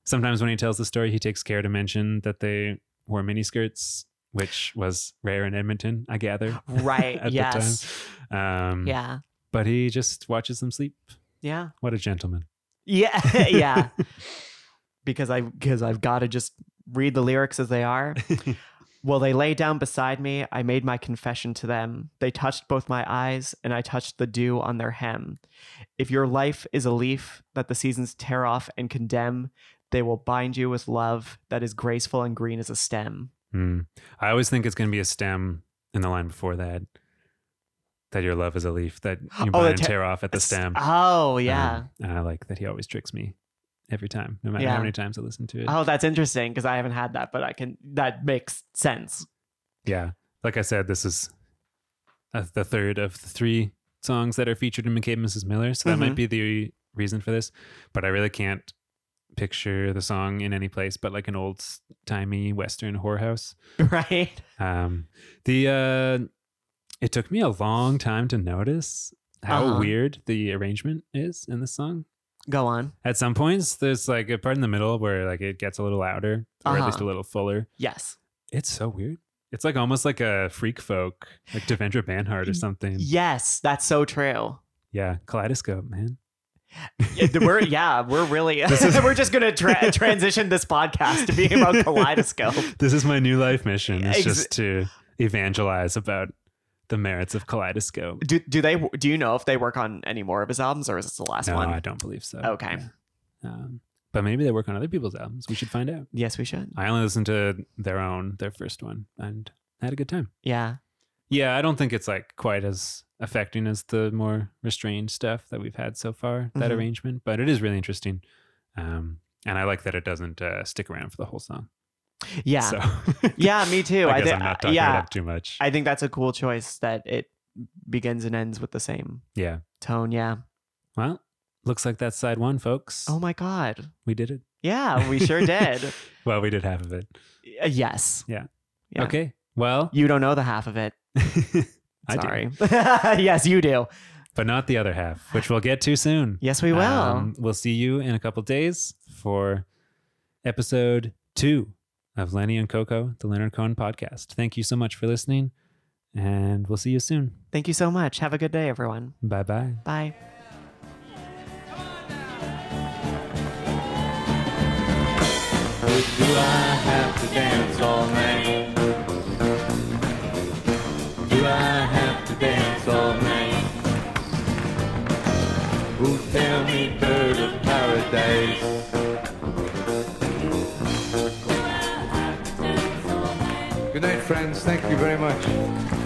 [SPEAKER 2] Sometimes when he tells the story, he takes care to mention that they wore miniskirts, which was rare in Edmonton, I gather.
[SPEAKER 3] Right.
[SPEAKER 2] at
[SPEAKER 3] yes.
[SPEAKER 2] the time. Um,
[SPEAKER 3] Yeah.
[SPEAKER 2] But he just watches them sleep.
[SPEAKER 3] Yeah.
[SPEAKER 2] What a gentleman.
[SPEAKER 3] Yeah. yeah. Because I because I've got to just read the lyrics as they are. Well, they lay down beside me. I made my confession to them. They touched both my eyes, and I touched the dew on their hem. If your life is a leaf that the seasons tear off and condemn, they will bind you with love that is graceful and green as a stem.
[SPEAKER 2] Hmm. I always think it's going to be a stem in the line before that. That your love is a leaf that you
[SPEAKER 3] Oh,
[SPEAKER 2] bind
[SPEAKER 3] the
[SPEAKER 2] and
[SPEAKER 3] te-
[SPEAKER 2] tear off at the stem.
[SPEAKER 3] Oh, yeah.
[SPEAKER 2] Um, and I like that he always tricks me every time, no matter
[SPEAKER 3] Yeah.
[SPEAKER 2] how many times I listen to it.
[SPEAKER 3] Oh, that's interesting because I haven't had that, but I can. That makes sense.
[SPEAKER 2] Yeah. Like I said, this is uh, the third of the three songs that are featured in McCabe and Mrs. Miller. So that might
[SPEAKER 3] Mhm.
[SPEAKER 2] be the reason for this. But I really can't picture the song in any place but like an old timey Western whorehouse.
[SPEAKER 3] right?
[SPEAKER 2] Um, the uh, it took me a long time to notice how
[SPEAKER 3] Uh-huh.
[SPEAKER 2] weird the arrangement is in this song.
[SPEAKER 3] Go on.
[SPEAKER 2] At some points, there's like a part in the middle where like it gets a little louder or at least
[SPEAKER 3] Uh-huh.
[SPEAKER 2] a little fuller.
[SPEAKER 3] Yes.
[SPEAKER 2] It's so weird. It's like almost like a freak folk, like Devendra Banhart or something.
[SPEAKER 3] Yes, that's so true.
[SPEAKER 2] Yeah, kaleidoscope, man.
[SPEAKER 3] Yeah, we're yeah, we're really
[SPEAKER 2] This is-
[SPEAKER 3] we're just gonna tra- transition this podcast to being about kaleidoscope.
[SPEAKER 2] This is my new life mission. It's
[SPEAKER 3] Ex-
[SPEAKER 2] just to evangelize about the merits of kaleidoscope.
[SPEAKER 3] Do do they do you know if they work on any more of his albums or is this the last
[SPEAKER 2] No,
[SPEAKER 3] one?
[SPEAKER 2] I don't believe so.
[SPEAKER 3] Okay.
[SPEAKER 2] Yeah. Um, but maybe they work on other people's albums. We should find out.
[SPEAKER 3] Yes, we should.
[SPEAKER 2] I only listened to their own, their first one, and had a good time.
[SPEAKER 3] Yeah.
[SPEAKER 2] Yeah, I don't think it's like quite as affecting as the more restrained stuff that we've had so far, that
[SPEAKER 3] Mhm.
[SPEAKER 2] arrangement, but it is really interesting. Um, and I like that it doesn't uh, stick around for the whole song.
[SPEAKER 3] Yeah.
[SPEAKER 2] So
[SPEAKER 3] Yeah, me too.
[SPEAKER 2] I guess
[SPEAKER 3] thi-
[SPEAKER 2] I'm not talking
[SPEAKER 3] yeah,
[SPEAKER 2] it up too much.
[SPEAKER 3] I think that's a cool choice that it begins and ends with the same
[SPEAKER 2] yeah.
[SPEAKER 3] tone. Yeah.
[SPEAKER 2] Well, looks like that's side one, folks.
[SPEAKER 3] Oh my god.
[SPEAKER 2] we did it.
[SPEAKER 3] Yeah, we sure did.
[SPEAKER 2] Well, we did half of it.
[SPEAKER 3] Uh, yes. Yeah.
[SPEAKER 2] Okay. Well,
[SPEAKER 3] You don't know the half of it.
[SPEAKER 2] I do,
[SPEAKER 3] Sorry. yes, you do.
[SPEAKER 2] but not the other half, which we'll get to soon.
[SPEAKER 3] Yes, we will.
[SPEAKER 2] Um, we'll see you in a couple days for episode two of Lenny and Coco, the Leonard Cohen podcast. Thank you so much for listening, and we'll see you soon.
[SPEAKER 3] Thank you so much. Have a good day, everyone.
[SPEAKER 2] Bye bye.
[SPEAKER 3] Bye.
[SPEAKER 1] But do I have to dance all night? Do I have to dance all night? Who tell me bird of paradise? Good night, friends. Thank you very much.